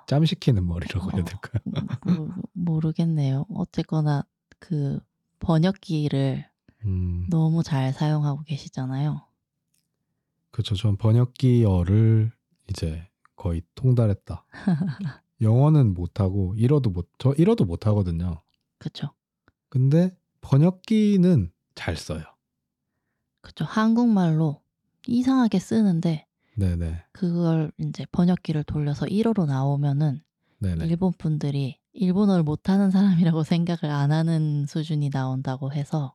[SPEAKER 1] 짬시키는 머리라고 해야
[SPEAKER 2] 어.
[SPEAKER 1] 될까요?
[SPEAKER 2] 음, 모- 모르겠네요. 어쨌거나 그 번역기를
[SPEAKER 1] 음,
[SPEAKER 2] 너무 잘 사용하고 계시잖아요.
[SPEAKER 1] 그렇죠. 전 번역기어를 이제 거의 통달했다. 영어는 못하고 일어도 못저 일어도 못하거든요.
[SPEAKER 2] 그쵸?
[SPEAKER 1] 근데 번역기는 잘 써요.
[SPEAKER 2] 그쵸? 한국말로 이상하게 쓰는데
[SPEAKER 1] 네네.
[SPEAKER 2] 그걸 이제 번역기를 돌려서 1어로 나오면은
[SPEAKER 1] 네네.
[SPEAKER 2] 일본 분들이 일본어를 못하는 사람이라고 생각을 안 하는 수준이 나온다고 해서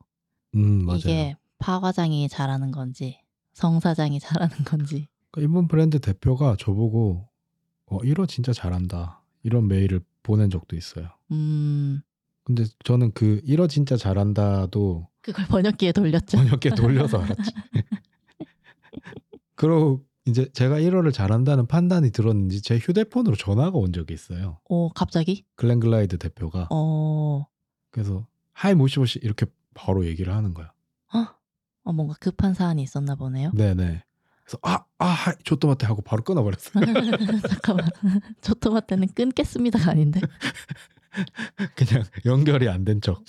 [SPEAKER 1] 음 맞아요.
[SPEAKER 2] 이게 파 과장이 잘하는 건지 성 사장이 잘하는 건지
[SPEAKER 1] 그러니까 일본 브랜드 대표가 저보고 어 1호 진짜 잘한다 이런 메일을 보낸 적도 있어요.
[SPEAKER 2] 음
[SPEAKER 1] 근데 저는 그 1호 진짜 잘한다도
[SPEAKER 2] 그걸 번역기에 돌렸죠.
[SPEAKER 1] 번역기에 돌려서 알았지. 그리고 이제 제가 1호를 잘한다는 판단이 들었는지 제 휴대폰으로 전화가 온 적이 있어요.
[SPEAKER 2] 오 갑자기
[SPEAKER 1] 글렌글라이드 대표가
[SPEAKER 2] 어
[SPEAKER 1] 그래서 하이 모시모시 이렇게 바로 얘기를 하는 거야.
[SPEAKER 2] 어? 어, 뭔가 급한 사안이 있었나 보네요.
[SPEAKER 1] 네네. 그래서 아, 아, 하이, 조또마테 하고 바로 끊어버렸어요.
[SPEAKER 2] 잠깐만. 조토마테는 끊겠습니다가 아닌데.
[SPEAKER 1] 그냥 연결이 안 된 척.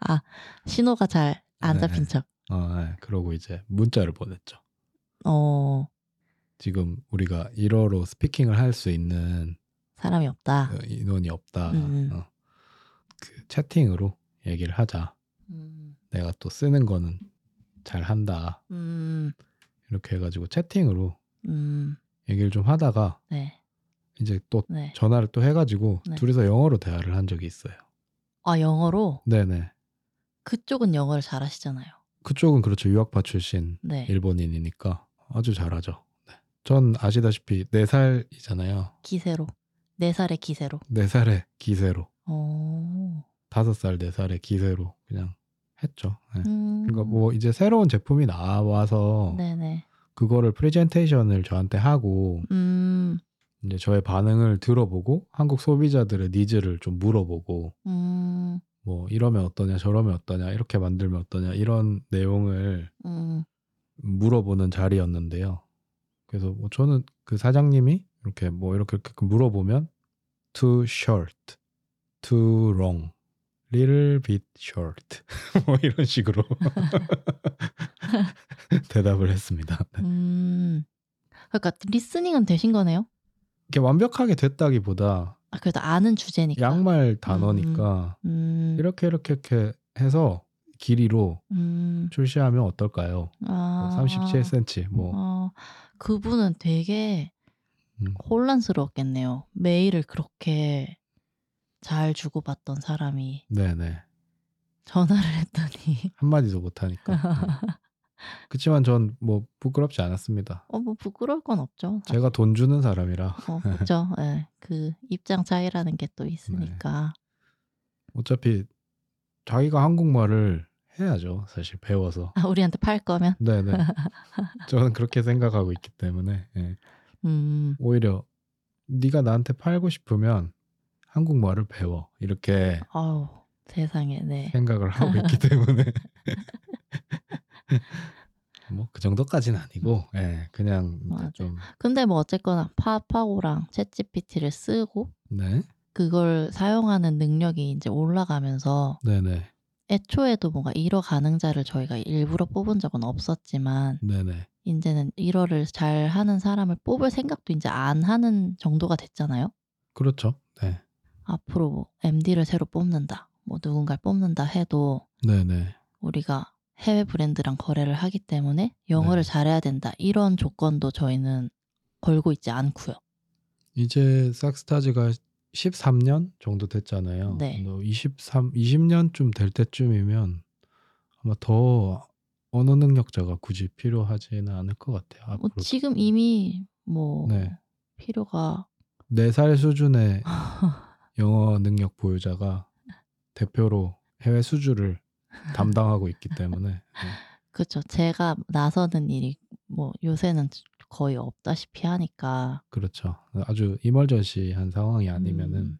[SPEAKER 2] 아, 신호가 잘 안
[SPEAKER 1] 네,
[SPEAKER 2] 잡힌 척.
[SPEAKER 1] 아, 네. 그러고 이제 문자를 보냈죠.
[SPEAKER 2] 어,
[SPEAKER 1] 지금 우리가 1어로 스피킹을 할 수 있는
[SPEAKER 2] 사람이 없다.
[SPEAKER 1] 어, 인원이 없다.
[SPEAKER 2] 음.
[SPEAKER 1] 어. 그 채팅으로 얘기를 하자.
[SPEAKER 2] 음,
[SPEAKER 1] 내가 또 쓰는 거는 잘 한다.
[SPEAKER 2] 음,
[SPEAKER 1] 이렇게 해가지고 채팅으로
[SPEAKER 2] 음,
[SPEAKER 1] 얘기를 좀 하다가
[SPEAKER 2] 네,
[SPEAKER 1] 이제 또
[SPEAKER 2] 네.
[SPEAKER 1] 전화를 또 해가지고
[SPEAKER 2] 네.
[SPEAKER 1] 둘이서 영어로 대화를 한 적이 있어요.
[SPEAKER 2] 아, 영어로?
[SPEAKER 1] 네네.
[SPEAKER 2] 그쪽은 영어를 잘하시잖아요.
[SPEAKER 1] 그쪽은 그렇죠. 유학파 출신
[SPEAKER 2] 네.
[SPEAKER 1] 일본인이니까 아주 잘하죠. 네. 전 아시다시피 4살이잖아요.
[SPEAKER 2] 기세로. 네 살의 기세로.
[SPEAKER 1] 4살에 기세로.
[SPEAKER 2] 어.
[SPEAKER 1] 5살, 4살에 기세로 그냥 했죠. 네.
[SPEAKER 2] 음.
[SPEAKER 1] 그러니까 뭐 이제 새로운 제품이 나와서
[SPEAKER 2] 네네.
[SPEAKER 1] 그거를 프레젠테이션을 저한테 하고
[SPEAKER 2] 음,
[SPEAKER 1] 이제 저의 반응을 들어보고 한국 소비자들의 니즈를 좀 물어보고
[SPEAKER 2] 음,
[SPEAKER 1] 뭐 이러면 어떠냐 저러면 어떠냐 이렇게 만들면 어떠냐 이런 내용을
[SPEAKER 2] 음,
[SPEAKER 1] 물어보는 자리였는데요. 그래서 뭐 저는 그 사장님이 이렇게 뭐 이렇게 이렇게 물어보면 too short, too long, little bit short 뭐 이런 식으로 대답을 했습니다. 네.
[SPEAKER 2] 음. 그러니까 리스닝은 되신 거네요.
[SPEAKER 1] 이게 완벽하게 됐다기보다
[SPEAKER 2] 아, 그래도 아는 주제니까.
[SPEAKER 1] 양말 단어니까
[SPEAKER 2] 음.
[SPEAKER 1] 이렇게 이렇게 이렇게 해서 길이로
[SPEAKER 2] 음.
[SPEAKER 1] 출시하면 어떨까요?
[SPEAKER 2] 아.
[SPEAKER 1] 37cm 뭐
[SPEAKER 2] 어, 그분은 되게
[SPEAKER 1] 음.
[SPEAKER 2] 혼란스러웠겠네요. 메일을 그렇게 잘 주고받던 사람이
[SPEAKER 1] 네네
[SPEAKER 2] 전화를 했더니
[SPEAKER 1] 한마디도 못하니까. 네. 그렇지만 전 뭐 부끄럽지 않았습니다.
[SPEAKER 2] 어 뭐 부끄러울 건 없죠. 사실.
[SPEAKER 1] 제가 돈 주는 사람이라
[SPEAKER 2] 어, 그렇죠. 예. 그 입장 차이라는 게 또 있으니까.
[SPEAKER 1] 어차피 자기가 한국말을 해야죠. 사실 배워서.
[SPEAKER 2] 아, 우리한테 팔 거면
[SPEAKER 1] 네네. 저는 그렇게 생각하고 있기 때문에 예.
[SPEAKER 2] 음,
[SPEAKER 1] 오히려 네가 나한테 팔고 싶으면 한국말을 배워 이렇게
[SPEAKER 2] 아우 세상에 네.
[SPEAKER 1] 생각을 하고 있기 때문에 뭐 그 정도까지는 아니고 예, 그냥 이제
[SPEAKER 2] 맞아요.
[SPEAKER 1] 좀
[SPEAKER 2] 근데 뭐 어쨌거나 파파고랑 챗GPT를 쓰고
[SPEAKER 1] 네,
[SPEAKER 2] 그걸 사용하는 능력이 이제 올라가면서
[SPEAKER 1] 네네,
[SPEAKER 2] 애초에도 뭔가 1어 가능자를 저희가 일부러 뽑은 적은 없었지만
[SPEAKER 1] 네네,
[SPEAKER 2] 이제는 1어를 잘 하는 사람을 뽑을 생각도 이제 안 하는 정도가 됐잖아요.
[SPEAKER 1] 그렇죠. 네,
[SPEAKER 2] 앞으로 뭐 MD를 새로 뽑는다, 뭐 누군가를 뽑는다 해도
[SPEAKER 1] 네네,
[SPEAKER 2] 우리가 해외 브랜드랑 거래를 하기 때문에 영어를
[SPEAKER 1] 네.
[SPEAKER 2] 잘해야 된다 이런 조건도 저희는 걸고 있지 않고요.
[SPEAKER 1] 이제 싹스타즈가 13년 정도 됐잖아요.
[SPEAKER 2] 네.
[SPEAKER 1] 뭐 23, 20년쯤 될 때쯤이면 아마 더 언어 능력자가 굳이 필요하지는 않을 것 같아요.
[SPEAKER 2] 뭐
[SPEAKER 1] 앞으로
[SPEAKER 2] 지금 이미 뭐
[SPEAKER 1] 네.
[SPEAKER 2] 필요가
[SPEAKER 1] 4살 수준의 영어 능력 보유자가 대표로 해외 수주를 담당하고 있기 때문에 네.
[SPEAKER 2] 그렇죠. 제가 나서는 일이 뭐 요새는 거의 없다시피 하니까
[SPEAKER 1] 그렇죠. 아주 이멀전시한 상황이 아니면은
[SPEAKER 2] 음,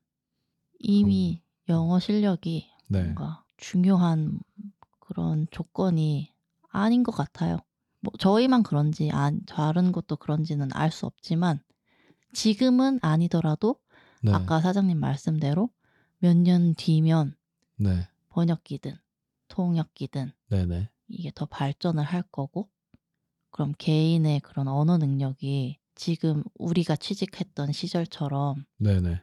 [SPEAKER 2] 이미 영어 실력이
[SPEAKER 1] 네,
[SPEAKER 2] 뭔가 중요한 그런 조건이 아닌 것 같아요. 뭐 저희만 그런지 안, 다른 것도 그런지는 알 수 없지만 지금은 아니더라도
[SPEAKER 1] 네,
[SPEAKER 2] 아까 사장님 말씀대로 몇 년 뒤면
[SPEAKER 1] 네,
[SPEAKER 2] 번역기든 통역기든
[SPEAKER 1] 네, 네,
[SPEAKER 2] 이게 더 발전을 할 거고 그럼 개인의 그런 언어 능력이 지금 우리가 취직했던 시절처럼
[SPEAKER 1] 네, 네,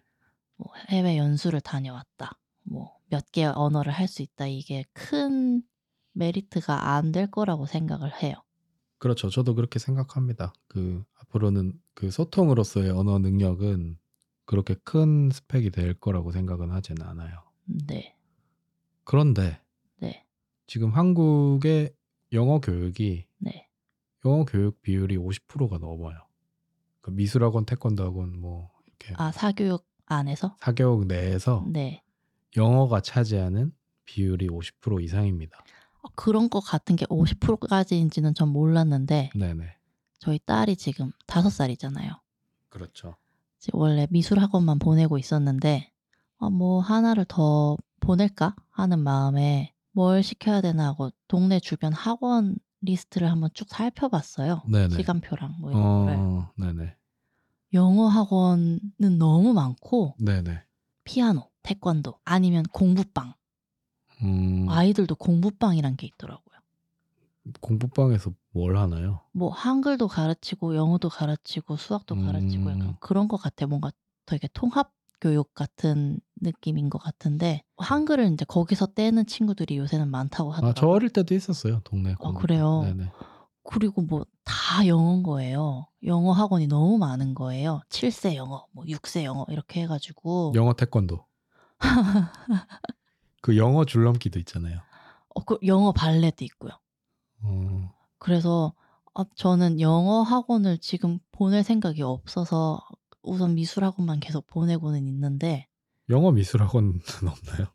[SPEAKER 2] 뭐 해외 연수를 다녀왔다 뭐 몇 개 언어를 할 수 있다 이게 큰 메리트가 안 될 거라고 생각을 해요.
[SPEAKER 1] 그렇죠. 저도 그렇게 생각합니다. 그 앞으로는 그 소통으로서의 언어 능력은 그렇게 큰 스펙이 될 거라고 생각은 하진 않아요.
[SPEAKER 2] 네,
[SPEAKER 1] 그런데
[SPEAKER 2] 네,
[SPEAKER 1] 지금 한국의 영어 교육이
[SPEAKER 2] 네,
[SPEAKER 1] 영어 교육 비율이 50%가 넘어요. 그 미술학원, 태권도학원 뭐 이렇게
[SPEAKER 2] 아 사교육 안에서
[SPEAKER 1] 사교육 내에서
[SPEAKER 2] 네
[SPEAKER 1] 영어가 차지하는 비율이 50% 이상입니다.
[SPEAKER 2] 어, 그런 거 같은 게 50%까지인지는 전 몰랐는데
[SPEAKER 1] 네네.
[SPEAKER 2] 저희 딸이 지금 다섯 살이잖아요.
[SPEAKER 1] 그렇죠.
[SPEAKER 2] 지금 원래 미술 학원만 보내고 있었는데 아, 뭐 하나를 더 보낼까 하는 마음에 뭘 시켜야 되나 하고 동네 주변 학원 리스트를 한번 쭉 살펴봤어요.
[SPEAKER 1] 네네.
[SPEAKER 2] 시간표랑 뭐 이런 거를.
[SPEAKER 1] 어, 네네.
[SPEAKER 2] 영어 학원은 너무 많고
[SPEAKER 1] 네네.
[SPEAKER 2] 피아노, 태권도 아니면 공부방.
[SPEAKER 1] 음,
[SPEAKER 2] 아이들도 공부방이란 게 있더라고요.
[SPEAKER 1] 공부방에서 뭘 하나요?
[SPEAKER 2] 뭐 한글도 가르치고 영어도 가르치고 수학도 가르치고 약간
[SPEAKER 1] 음.
[SPEAKER 2] 그런 것 같아요. 뭔가 되게 통합 교육 같은 느낌인 것 같은데 한글을 이제 거기서 떼는 친구들이 요새는 많다고
[SPEAKER 1] 아, 저
[SPEAKER 2] 하더라고요. 아,
[SPEAKER 1] 어릴 때도 있었어요. 동네 공부방.
[SPEAKER 2] 그래요?
[SPEAKER 1] 네네.
[SPEAKER 2] 그리고 뭐 다 영어인 거예요. 영어 학원이 너무 많은 거예요. 7세 영어, 뭐 6세 영어 이렇게 해가지고
[SPEAKER 1] 영어 태권도. 그 영어 줄넘기도 있잖아요.
[SPEAKER 2] 어, 그 영어 발레도 있고요.
[SPEAKER 1] 어,
[SPEAKER 2] 그래서 아, 저는 영어 학원을 지금 보낼 생각이 없어서 우선 미술 학원만 계속 보내고는 있는데
[SPEAKER 1] 영어 미술학원은 없나요?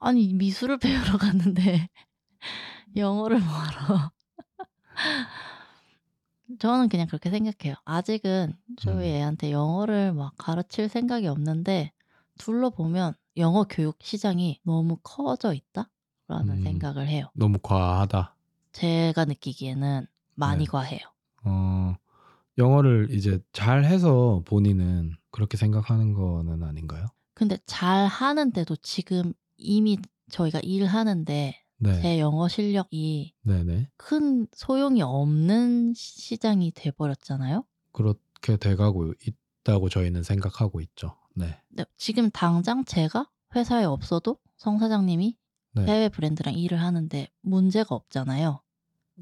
[SPEAKER 2] 아니 미술을 배우러 갔는데
[SPEAKER 1] 음.
[SPEAKER 2] 영어를 뭐하러 저는 그냥 그렇게 생각해요 아직은 저희
[SPEAKER 1] 음.
[SPEAKER 2] 애한테 영어를 막 가르칠 생각이 없는데 둘러보면 영어 교육 시장이 너무 커져 있다라는
[SPEAKER 1] 음.
[SPEAKER 2] 생각을 해요
[SPEAKER 1] 너무 과하다.
[SPEAKER 2] 제가 느끼기에는 많이
[SPEAKER 1] 네.
[SPEAKER 2] 과해요
[SPEAKER 1] 어, 영어를 이제 잘해서 본인은 그렇게 생각하는 거는 아닌가요?
[SPEAKER 2] 근데 잘 하는데도 지금 이미 저희가 일하는데
[SPEAKER 1] 네,
[SPEAKER 2] 제 영어 실력이
[SPEAKER 1] 네네.
[SPEAKER 2] 큰 소용이 없는 시- 시장이 돼버렸잖아요.
[SPEAKER 1] 그렇게 돼가고 있다고 저희는 생각하고 있죠. 네,
[SPEAKER 2] 근데 지금 당장 제가 회사에 없어도 성 사장님이
[SPEAKER 1] 네.
[SPEAKER 2] 해외 브랜드랑 일을 하는데 문제가 없잖아요.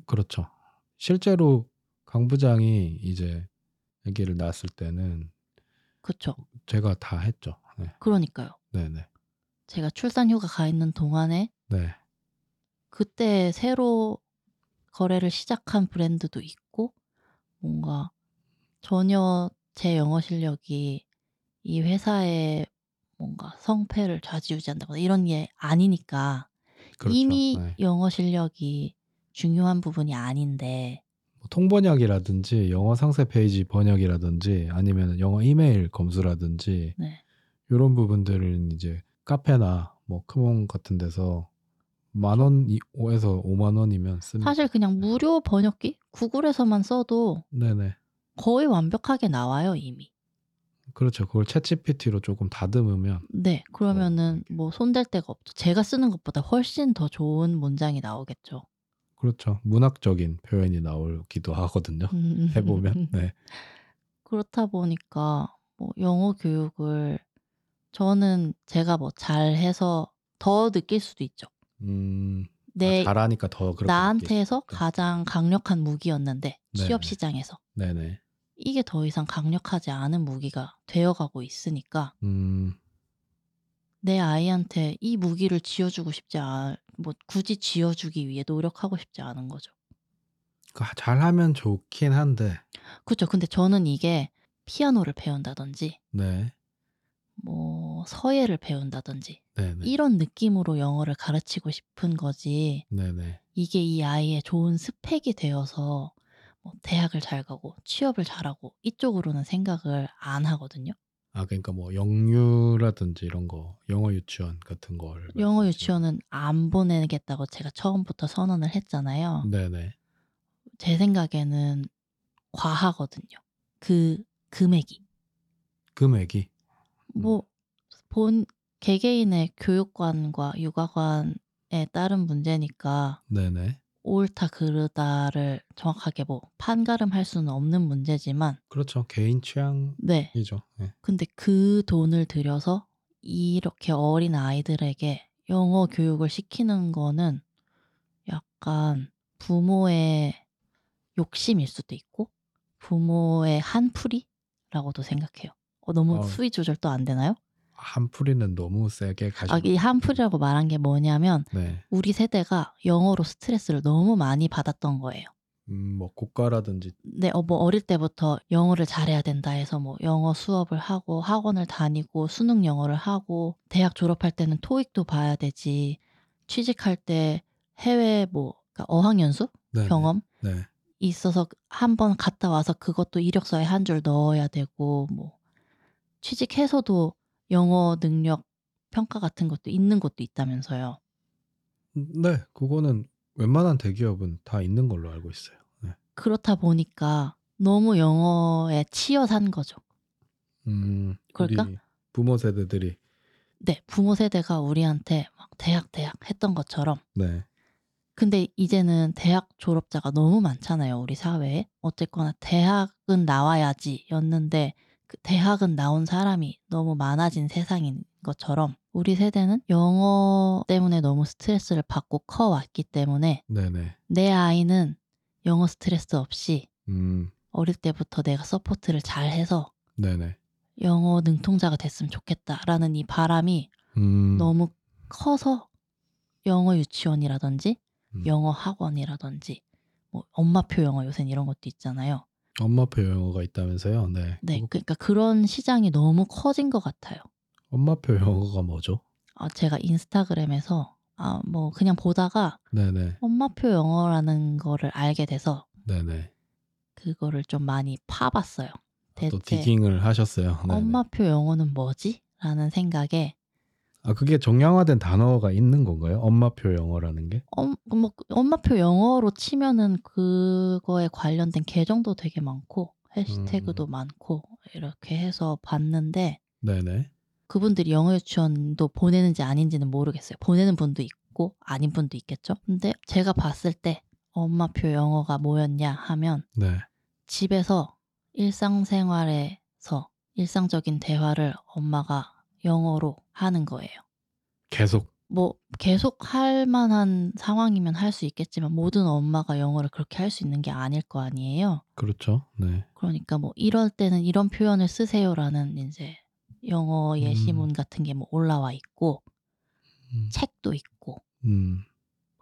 [SPEAKER 1] 그렇죠. 실제로 강 부장이 이제 아기를 낳았을 때는
[SPEAKER 2] 그렇죠.
[SPEAKER 1] 제가 다 했죠. 네,
[SPEAKER 2] 그러니까요.
[SPEAKER 1] 네네.
[SPEAKER 2] 제가 출산 휴가 가 있는 동안에
[SPEAKER 1] 네,
[SPEAKER 2] 그때 새로 거래를 시작한 브랜드도 있고 뭔가 전혀 제 영어 실력이 이 회사에 뭔가 성패를 좌지우지한다거나 이런 게 아니니까
[SPEAKER 1] 그렇죠.
[SPEAKER 2] 이미
[SPEAKER 1] 네.
[SPEAKER 2] 영어 실력이 중요한 부분이 아닌데
[SPEAKER 1] 뭐 통번역이라든지 영어 상세 페이지 번역이라든지 아니면 영어 이메일 검수라든지
[SPEAKER 2] 네.
[SPEAKER 1] 이런 부분들은 이제 카페나 뭐 크몽 같은 데서 만 원에서 오만 원이면 씁니다.
[SPEAKER 2] 사실 그냥
[SPEAKER 1] 네.
[SPEAKER 2] 무료 번역기 구글에서만 써도
[SPEAKER 1] 네네
[SPEAKER 2] 거의 완벽하게 나와요 이미.
[SPEAKER 1] 그렇죠. 그걸 챗GPT로 조금 다듬으면
[SPEAKER 2] 네,
[SPEAKER 1] 어,
[SPEAKER 2] 그러면은 뭐 손댈 데가 없죠. 제가 쓰는 것보다 훨씬 더 좋은 문장이 나오겠죠.
[SPEAKER 1] 그렇죠. 문학적인 표현이 나오기도 하거든요.
[SPEAKER 2] 음.
[SPEAKER 1] 해보면 네
[SPEAKER 2] 그렇다 보니까 뭐 영어 교육을 저는 제가 뭐 잘해서 더 느낄 수도 있죠.
[SPEAKER 1] 음,
[SPEAKER 2] 내
[SPEAKER 1] 아, 잘하니까 더 그렇게
[SPEAKER 2] 네. 나한테서
[SPEAKER 1] 느끼시겠다.
[SPEAKER 2] 가장 강력한 무기였는데
[SPEAKER 1] 네.
[SPEAKER 2] 취업 시장에서
[SPEAKER 1] 네네
[SPEAKER 2] 이게 더 이상 강력하지 않은 무기가 되어가고 있으니까
[SPEAKER 1] 음
[SPEAKER 2] 내 아이한테 이 무기를 쥐어주고 싶지 않, 뭐 굳이 쥐어주기 위해 노력하고 싶지 않은 거죠.
[SPEAKER 1] 아, 잘하면 좋긴 한데
[SPEAKER 2] 그렇죠. 근데 저는 이게 피아노를 배운다든지
[SPEAKER 1] 네
[SPEAKER 2] 뭐 서예를 배운다든지
[SPEAKER 1] 네네
[SPEAKER 2] 이런 느낌으로 영어를 가르치고 싶은 거지
[SPEAKER 1] 네네
[SPEAKER 2] 이게 이 아이의 좋은 스펙이 되어서 뭐 대학을 잘 가고 취업을 잘하고 이쪽으로는 생각을 안 하거든요.
[SPEAKER 1] 아 그러니까 뭐 영유라든지 이런 거 영어 유치원 같은 걸
[SPEAKER 2] 영어
[SPEAKER 1] 말씀하시는-
[SPEAKER 2] 유치원은 안 보내겠다고 제가 처음부터 선언을
[SPEAKER 1] 음.
[SPEAKER 2] 했잖아요.
[SPEAKER 1] 네네
[SPEAKER 2] 제 생각에는 과하거든요. 그 금액이.
[SPEAKER 1] 금액이
[SPEAKER 2] 뭐 본 개개인의 교육관과 육아관에 따른 문제니까
[SPEAKER 1] 네네
[SPEAKER 2] 옳다 그르다를 정확하게 뭐 판가름할 수는 없는 문제지만
[SPEAKER 1] 그렇죠 개인 취향이죠
[SPEAKER 2] 네
[SPEAKER 1] 네.
[SPEAKER 2] 근데 그 돈을 들여서 이렇게 어린 아이들에게 영어 교육을 시키는 거는 약간 부모의 욕심일 수도 있고 부모의 한풀이라고도 생각해요 어, 너무
[SPEAKER 1] 어.
[SPEAKER 2] 수위 조절 또 안 되나요?
[SPEAKER 1] 한풀이는 너무 세게 가시
[SPEAKER 2] 아, 이 한풀이라고 말한 게 뭐냐면
[SPEAKER 1] 네.
[SPEAKER 2] 우리 세대가 영어로 스트레스를 너무 많이 받았던 거예요.
[SPEAKER 1] 음, 뭐 고가라든지
[SPEAKER 2] 네, 어, 뭐 어릴 때부터 영어를 잘해야 된다 해서 뭐 영어 수업을 하고 학원을 다니고 수능 영어를 하고 대학 졸업할 때는 토익도 봐야 되지 취직할 때 해외 뭐 그러니까 어학연수
[SPEAKER 1] 네네.
[SPEAKER 2] 경험
[SPEAKER 1] 네.
[SPEAKER 2] 있어서 한번 갔다 와서 그것도 이력서에 한 줄 넣어야 되고 뭐 취직해서도 영어 능력 평가 같은 것도 있는 것도 있다면서요.
[SPEAKER 1] 네 그거는 웬만한 대기업은 다 있는 걸로 알고 있어요 네.
[SPEAKER 2] 그렇다 보니까 너무 영어에 치여산 거죠.
[SPEAKER 1] 음
[SPEAKER 2] 그럴까?
[SPEAKER 1] 우리 부모 세대들이
[SPEAKER 2] 네, 부모 세대가 우리한테 막 대학 대학 했던 것처럼.
[SPEAKER 1] 네
[SPEAKER 2] 근데 이제는 대학 졸업자가 너무 많잖아요, 우리 사회에. 어쨌거나 대학은 나와야지 였는데 그 대학은 나온 사람이 너무 많아진 세상인 것처럼 우리 세대는 영어 때문에 너무 스트레스를 받고 커왔기 때문에
[SPEAKER 1] 네네
[SPEAKER 2] 내 아이는 영어 스트레스 없이
[SPEAKER 1] 음
[SPEAKER 2] 어릴 때부터 내가 서포트를 잘 해서
[SPEAKER 1] 네네
[SPEAKER 2] 영어 능통자가 됐으면 좋겠다라는 이 바람이
[SPEAKER 1] 음
[SPEAKER 2] 너무 커서 영어 유치원이라든지
[SPEAKER 1] 음.
[SPEAKER 2] 영어 학원이라든지 뭐 엄마표 영어 요새 이런 것도 있잖아요.
[SPEAKER 1] 엄마표 영어가 있다면서요 네,
[SPEAKER 2] 네,
[SPEAKER 1] 그거-
[SPEAKER 2] 그러니까 그런 시장이 너무 커진 것 같아요. 그
[SPEAKER 1] 엄마표 영어가 뭐죠
[SPEAKER 2] 아, 제가 인스타그램에서 아, 뭐 그냥 보다가
[SPEAKER 1] 네네
[SPEAKER 2] 엄마표 영어라는 거를 알게 돼서
[SPEAKER 1] 네네
[SPEAKER 2] 그거를 좀 많이 파봤어요. 대체
[SPEAKER 1] 아, 또 디깅을 하셨어요 네네.
[SPEAKER 2] 엄마표 영어는 뭐지? 라는 생각에
[SPEAKER 1] 아 그게 정량화된 단어가 있는 건가요 엄마표 영어라는 게
[SPEAKER 2] 엄, 뭐, 엄마표 영어로 치면은 그거에 관련된 계정도 되게 많고 해시태그도
[SPEAKER 1] 음.
[SPEAKER 2] 많고 이렇게 해서 봤는데
[SPEAKER 1] 네네
[SPEAKER 2] 그분들이 영어 유치원도 보내는지 아닌지는 모르겠어요. 보내는 분도 있고 아닌 분도 있겠죠. 근데 제가 봤을 때 엄마표 영어가 뭐였냐 하면
[SPEAKER 1] 네
[SPEAKER 2] 집에서 일상생활에서 일상적인 대화를 엄마가 영어로 하는 거예요.
[SPEAKER 1] 계속
[SPEAKER 2] 뭐 계속 할 만한 상황이면 할 수 있겠지만 모든 엄마가 영어를 그렇게 할 수 있는 게 아닐 거 아니에요.
[SPEAKER 1] 그렇죠 네
[SPEAKER 2] 그러니까 뭐 이럴 때는 이런 표현을 쓰세요라는 이제 영어 예시문
[SPEAKER 1] 음.
[SPEAKER 2] 같은 게 뭐 올라와 있고
[SPEAKER 1] 음,
[SPEAKER 2] 책도 있고
[SPEAKER 1] 음.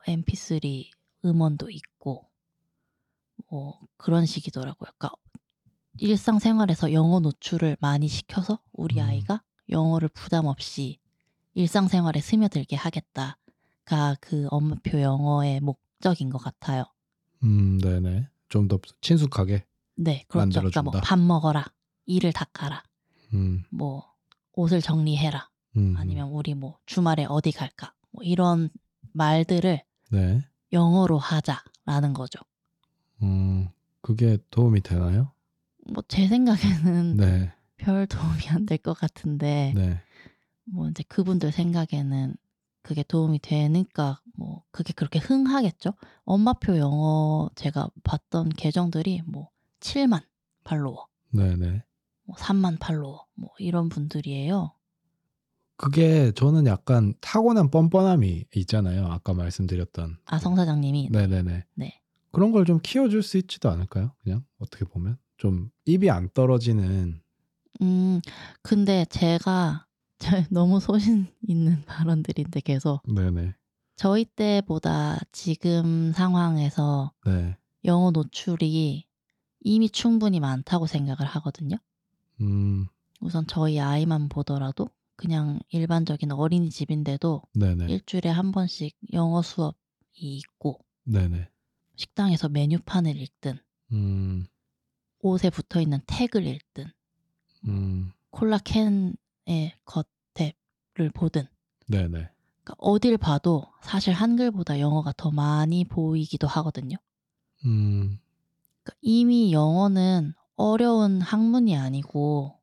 [SPEAKER 2] MP3 음원도 있고 뭐 그런 식이더라고요. 그러니까 일상생활에서 영어 노출을 많이 시켜서 우리
[SPEAKER 1] 음.
[SPEAKER 2] 아이가 영어를 부담 없이 일상생활에 스며들게 하겠다가 그 엄마표 영어의 목적인 것 같아요.
[SPEAKER 1] 음, 네네. 좀 더 친숙하게.
[SPEAKER 2] 네, 그렇죠. 그러니까 뭐
[SPEAKER 1] 만들어준다.
[SPEAKER 2] 밥 먹어라, 이를 닦아라,
[SPEAKER 1] 음,
[SPEAKER 2] 뭐 옷을 정리해라,
[SPEAKER 1] 음,
[SPEAKER 2] 아니면 우리 뭐 주말에 어디 갈까, 뭐 이런 말들을
[SPEAKER 1] 네.
[SPEAKER 2] 영어로 하자라는 거죠.
[SPEAKER 1] 음, 그게 도움이 되나요?
[SPEAKER 2] 뭐 제 생각에는
[SPEAKER 1] 네,
[SPEAKER 2] 별 도움이 안 될 것 같은데
[SPEAKER 1] 네.
[SPEAKER 2] 뭐 이제 그분들 생각에는 그게 도움이 되니까 뭐 그게 그렇게 흥하겠죠. 엄마표 영어 제가 봤던 계정들이 뭐 7만 팔로워,
[SPEAKER 1] 네네.
[SPEAKER 2] 뭐 3만 팔로워 뭐 이런 분들이에요.
[SPEAKER 1] 그게 저는 약간 타고난 뻔뻔함이 있잖아요. 아까 말씀드렸던.
[SPEAKER 2] 아 성 사장님이
[SPEAKER 1] 네네네.
[SPEAKER 2] 네.
[SPEAKER 1] 그런 걸 좀 키워줄 수 있지도 않을까요? 그냥 어떻게 보면 좀 입이 안 떨어지는.
[SPEAKER 2] 음 근데 제가 너무 소신 있는 발언들인데 계속
[SPEAKER 1] 네네.
[SPEAKER 2] 저희 때보다 지금 상황에서
[SPEAKER 1] 네.
[SPEAKER 2] 영어 노출이 이미 충분히 많다고 생각을 하거든요.
[SPEAKER 1] 음,
[SPEAKER 2] 우선 저희 아이만 보더라도 그냥 일반적인 어린이집인데도
[SPEAKER 1] 네네.
[SPEAKER 2] 일주일에 한 번씩 영어 수업이 있고
[SPEAKER 1] 네네.
[SPEAKER 2] 식당에서 메뉴판을 읽든
[SPEAKER 1] 음,
[SPEAKER 2] 옷에 붙어 있는 태그를 읽든
[SPEAKER 1] 음,
[SPEAKER 2] 콜라캔의 겉탭을 보든
[SPEAKER 1] 네네.
[SPEAKER 2] 그러니까 어딜 봐도 사실 한글보다 영어가 더 많이 보이기도 하거든요.
[SPEAKER 1] 음,
[SPEAKER 2] 그러니까 이미 영어는 어려운 학문이 아니고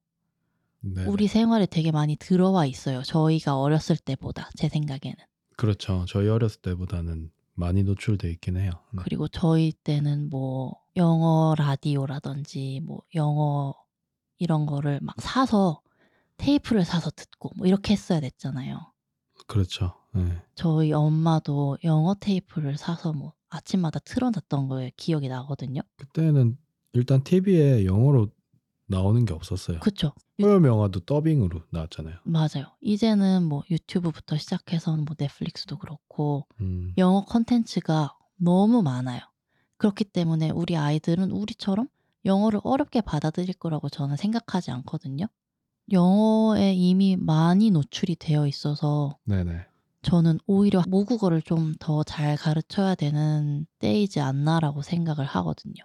[SPEAKER 1] 네.
[SPEAKER 2] 우리 생활에 되게 많이 들어와 있어요. 저희가 어렸을 때보다 제 생각에는.
[SPEAKER 1] 그렇죠. 저희 어렸을 때보다는 많이 노출돼 있긴 해요. 네.
[SPEAKER 2] 그리고 저희 때는 뭐 영어 라디오라든지 뭐 영어 이런 거를 막 사서 테이프를 사서 듣고 뭐 이렇게 했어야 됐잖아요.
[SPEAKER 1] 그렇죠. 네.
[SPEAKER 2] 저희 엄마도 영어 테이프를 사서 뭐 아침마다 틀어놨던 거에 기억이 나거든요.
[SPEAKER 1] 그때는 일단 TV에 영어로 나오는 게 없었어요.
[SPEAKER 2] 그쵸?
[SPEAKER 1] 토요 영화도 더빙으로 나왔잖아요.
[SPEAKER 2] 맞아요. 이제는 뭐 유튜브부터 시작해서 뭐 넷플릭스도 그렇고
[SPEAKER 1] 음,
[SPEAKER 2] 영어 컨텐츠가 너무 많아요. 그렇기 때문에 우리 아이들은 우리처럼 영어를 어렵게 받아들일 거라고 저는 생각하지 않거든요. 영어에 이미 많이 노출이 되어 있어서
[SPEAKER 1] 네네.
[SPEAKER 2] 저는 오히려 모국어를 좀 더 잘 가르쳐야 되는 때이지 않나라고 생각을 하거든요.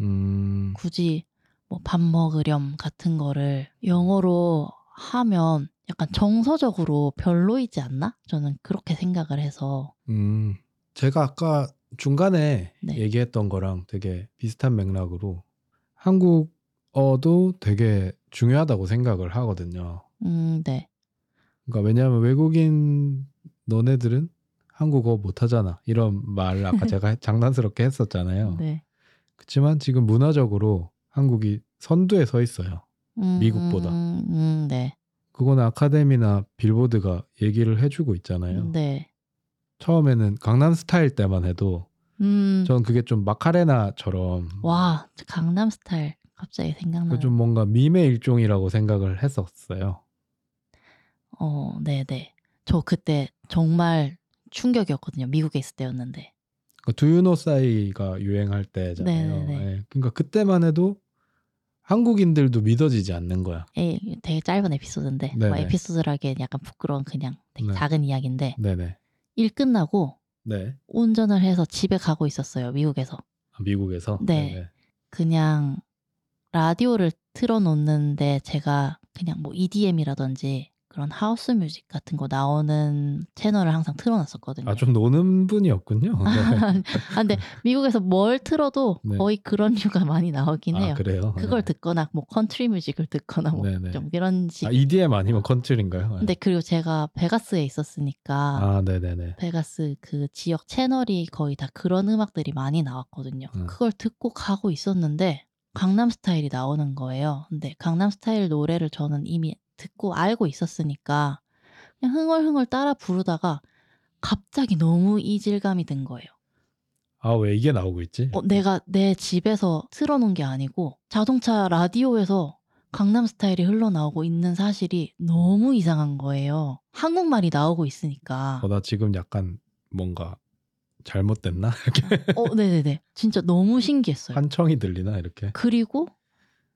[SPEAKER 1] 음,
[SPEAKER 2] 굳이 뭐 밥 먹으렴 같은 거를 영어로 하면 약간 정서적으로 별로이지 않나? 저는 그렇게 생각을 해서
[SPEAKER 1] 음, 제가 아까 중간에
[SPEAKER 2] 네.
[SPEAKER 1] 얘기했던 거랑 되게 비슷한 맥락으로 한국어도 되게 중요하다고 생각을 하거든요.
[SPEAKER 2] 음, 네.
[SPEAKER 1] 그러니까 왜냐하면 외국인 너네들은 한국어 못하잖아 이런 말 아까 제가 장난스럽게 했었잖아요.
[SPEAKER 2] 네.
[SPEAKER 1] 그렇지만 지금 문화적으로 한국이 선두에 서 있어요.
[SPEAKER 2] 음,
[SPEAKER 1] 미국보다.
[SPEAKER 2] 음, 음, 네.
[SPEAKER 1] 그거는 아카데미나 빌보드가 얘기를 해주고 있잖아요.
[SPEAKER 2] 네.
[SPEAKER 1] 처음에는 강남 스타일 때만 해도
[SPEAKER 2] 음.
[SPEAKER 1] 전 그게 좀 마카레나처럼
[SPEAKER 2] 와, 네. 저 강남 스타일 갑자기 생각나요.
[SPEAKER 1] 그좀 뭔가 밈의 일종이라고 생각을 했었어요.
[SPEAKER 2] 어, 네, 네. 저 그때 정말 충격이었거든요. 미국에 있을 때였는데.
[SPEAKER 1] 그 두유노 사이가 유행할 때잖아요.
[SPEAKER 2] 네네네.
[SPEAKER 1] 예, 그러니까 그때만 해도 한국인들도 믿어지지 않는 거야.
[SPEAKER 2] 에이, 예, 되게 짧은 에피소드인데.
[SPEAKER 1] 네,
[SPEAKER 2] 뭐
[SPEAKER 1] 네.
[SPEAKER 2] 에피소드라기엔 약간 부끄러운 그냥 되게
[SPEAKER 1] 네.
[SPEAKER 2] 작은 이야기인데.
[SPEAKER 1] 네네.
[SPEAKER 2] 일 끝나고
[SPEAKER 1] 네.
[SPEAKER 2] 운전을 해서 집에 가고 있었어요. 미국에서.
[SPEAKER 1] 아, 미국에서.
[SPEAKER 2] 네.
[SPEAKER 1] 네네.
[SPEAKER 2] 그냥 라디오를 틀어 놓는데 제가 그냥 뭐 EDM이라든지 그런 하우스 뮤직 같은 거 나오는 채널을 항상 틀어 놨었거든요.
[SPEAKER 1] 아, 좀 노는 분이었군요. 네.
[SPEAKER 2] 아, 근데 미국에서 뭘 틀어도
[SPEAKER 1] 네.
[SPEAKER 2] 거의 그런 류가 많이 나오긴
[SPEAKER 1] 아,
[SPEAKER 2] 해요.
[SPEAKER 1] 그래요?
[SPEAKER 2] 그걸
[SPEAKER 1] 네.
[SPEAKER 2] 듣거나 뭐 컨트리 뮤직을 듣거나 뭐
[SPEAKER 1] 네네.
[SPEAKER 2] 좀 이런 식.
[SPEAKER 1] 아, EDM 아니면 컨트리인가요? 네.
[SPEAKER 2] 근데 그리고 제가 베가스에 있었으니까
[SPEAKER 1] 아, 네네네.
[SPEAKER 2] 베가스 그 지역 채널이 거의 다 그런 음악들이 많이 나왔거든요.
[SPEAKER 1] 음.
[SPEAKER 2] 그걸 듣고 가고 있었는데 강남 스타일이 나오는 거예요. 근데 강남 스타일 노래를 저는 이미 듣고 알고 있었으니까 그냥 흥얼흥얼 따라 부르다가 갑자기 너무 이질감이 든 거예요.
[SPEAKER 1] 아, 왜 이게 나오고 있지?
[SPEAKER 2] 어, 내가 내 집에서 틀어놓은 게 아니고 자동차 라디오에서 강남스타일이 흘러나오고 있는 사실이 너무 이상한 거예요. 한국말이 나오고 있으니까.
[SPEAKER 1] 어, 나 지금 약간 뭔가 잘못됐나? 이렇게
[SPEAKER 2] 어, 네네네. 진짜 너무 신기했어요.
[SPEAKER 1] 한청이 들리나? 이렇게.
[SPEAKER 2] 그리고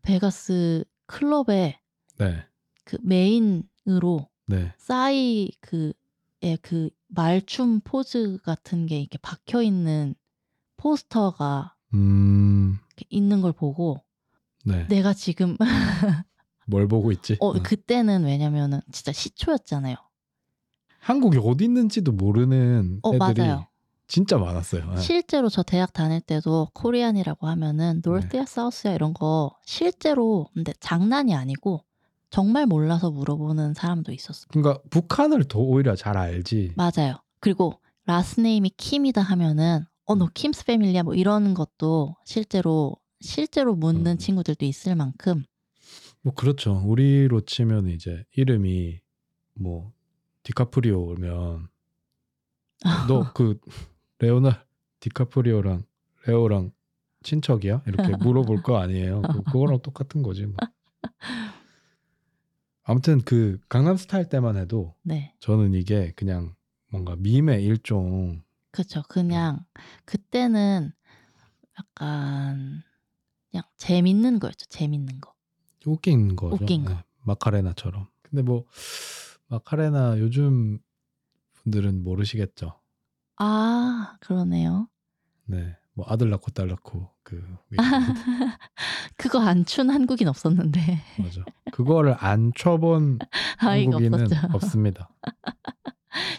[SPEAKER 2] 베가스 클럽에
[SPEAKER 1] 네.
[SPEAKER 2] 그 메인 으로
[SPEAKER 1] 네.
[SPEAKER 2] 싸이 그의 그 말춤 포즈 같은 게 이렇게 박혀 있는 포스터가
[SPEAKER 1] 음.
[SPEAKER 2] 이렇게 있는 걸 보고
[SPEAKER 1] 네.
[SPEAKER 2] 내가 지금
[SPEAKER 1] 뭘 보고 있지?
[SPEAKER 2] 어
[SPEAKER 1] 어.
[SPEAKER 2] 그때는 왜냐면은 진짜 시초였잖아요.
[SPEAKER 1] 한국이 어디 있는지도 모르는
[SPEAKER 2] 어,
[SPEAKER 1] 애들이
[SPEAKER 2] 맞아요.
[SPEAKER 1] 진짜 많았어요. 네.
[SPEAKER 2] 실제로 저 대학 다닐 때도 코리안이라고 하면은 노스야 사우스야 이런 거 실제로 근데 장난이 아니고 정말 몰라서 물어보는 사람도 있었어.
[SPEAKER 1] 그러니까 북한을 더 오히려 잘 알지.
[SPEAKER 2] 맞아요. 그리고 라스네임이 킴이다 하면은 어
[SPEAKER 1] 음.
[SPEAKER 2] 너 킴스 패밀리야 뭐 이런 것도 실제로 실제로 묻는
[SPEAKER 1] 음.
[SPEAKER 2] 친구들도 있을 만큼
[SPEAKER 1] 뭐 그렇죠. 우리로 치면 이제 이름이 뭐 디카프리오면 너 그 레오나 디카프리오랑 레오랑 친척이야? 이렇게 물어볼 거 아니에요. 그- 그거랑 똑같은 거지. 뭐. 아무튼 그 강남 스타일 때만 해도
[SPEAKER 2] 네
[SPEAKER 1] 저는 이게 그냥 뭔가 밈의 일종
[SPEAKER 2] 그렇죠 그냥 그때는 약간 그냥 재밌는 거였죠 재밌는 거
[SPEAKER 1] 웃긴 거죠. 네,
[SPEAKER 2] 웃긴 거.
[SPEAKER 1] 마카레나처럼. 근데 뭐 마카레나 요즘 분들은 모르시겠죠.
[SPEAKER 2] 아 그러네요
[SPEAKER 1] 네. 뭐 아들 낳고 딸 낳고 그
[SPEAKER 2] 그거 안 춘 한국인 없었는데
[SPEAKER 1] 맞아. 그거를 안 쳐본
[SPEAKER 2] 아이가
[SPEAKER 1] 한국인은
[SPEAKER 2] 없었죠
[SPEAKER 1] 없습니다.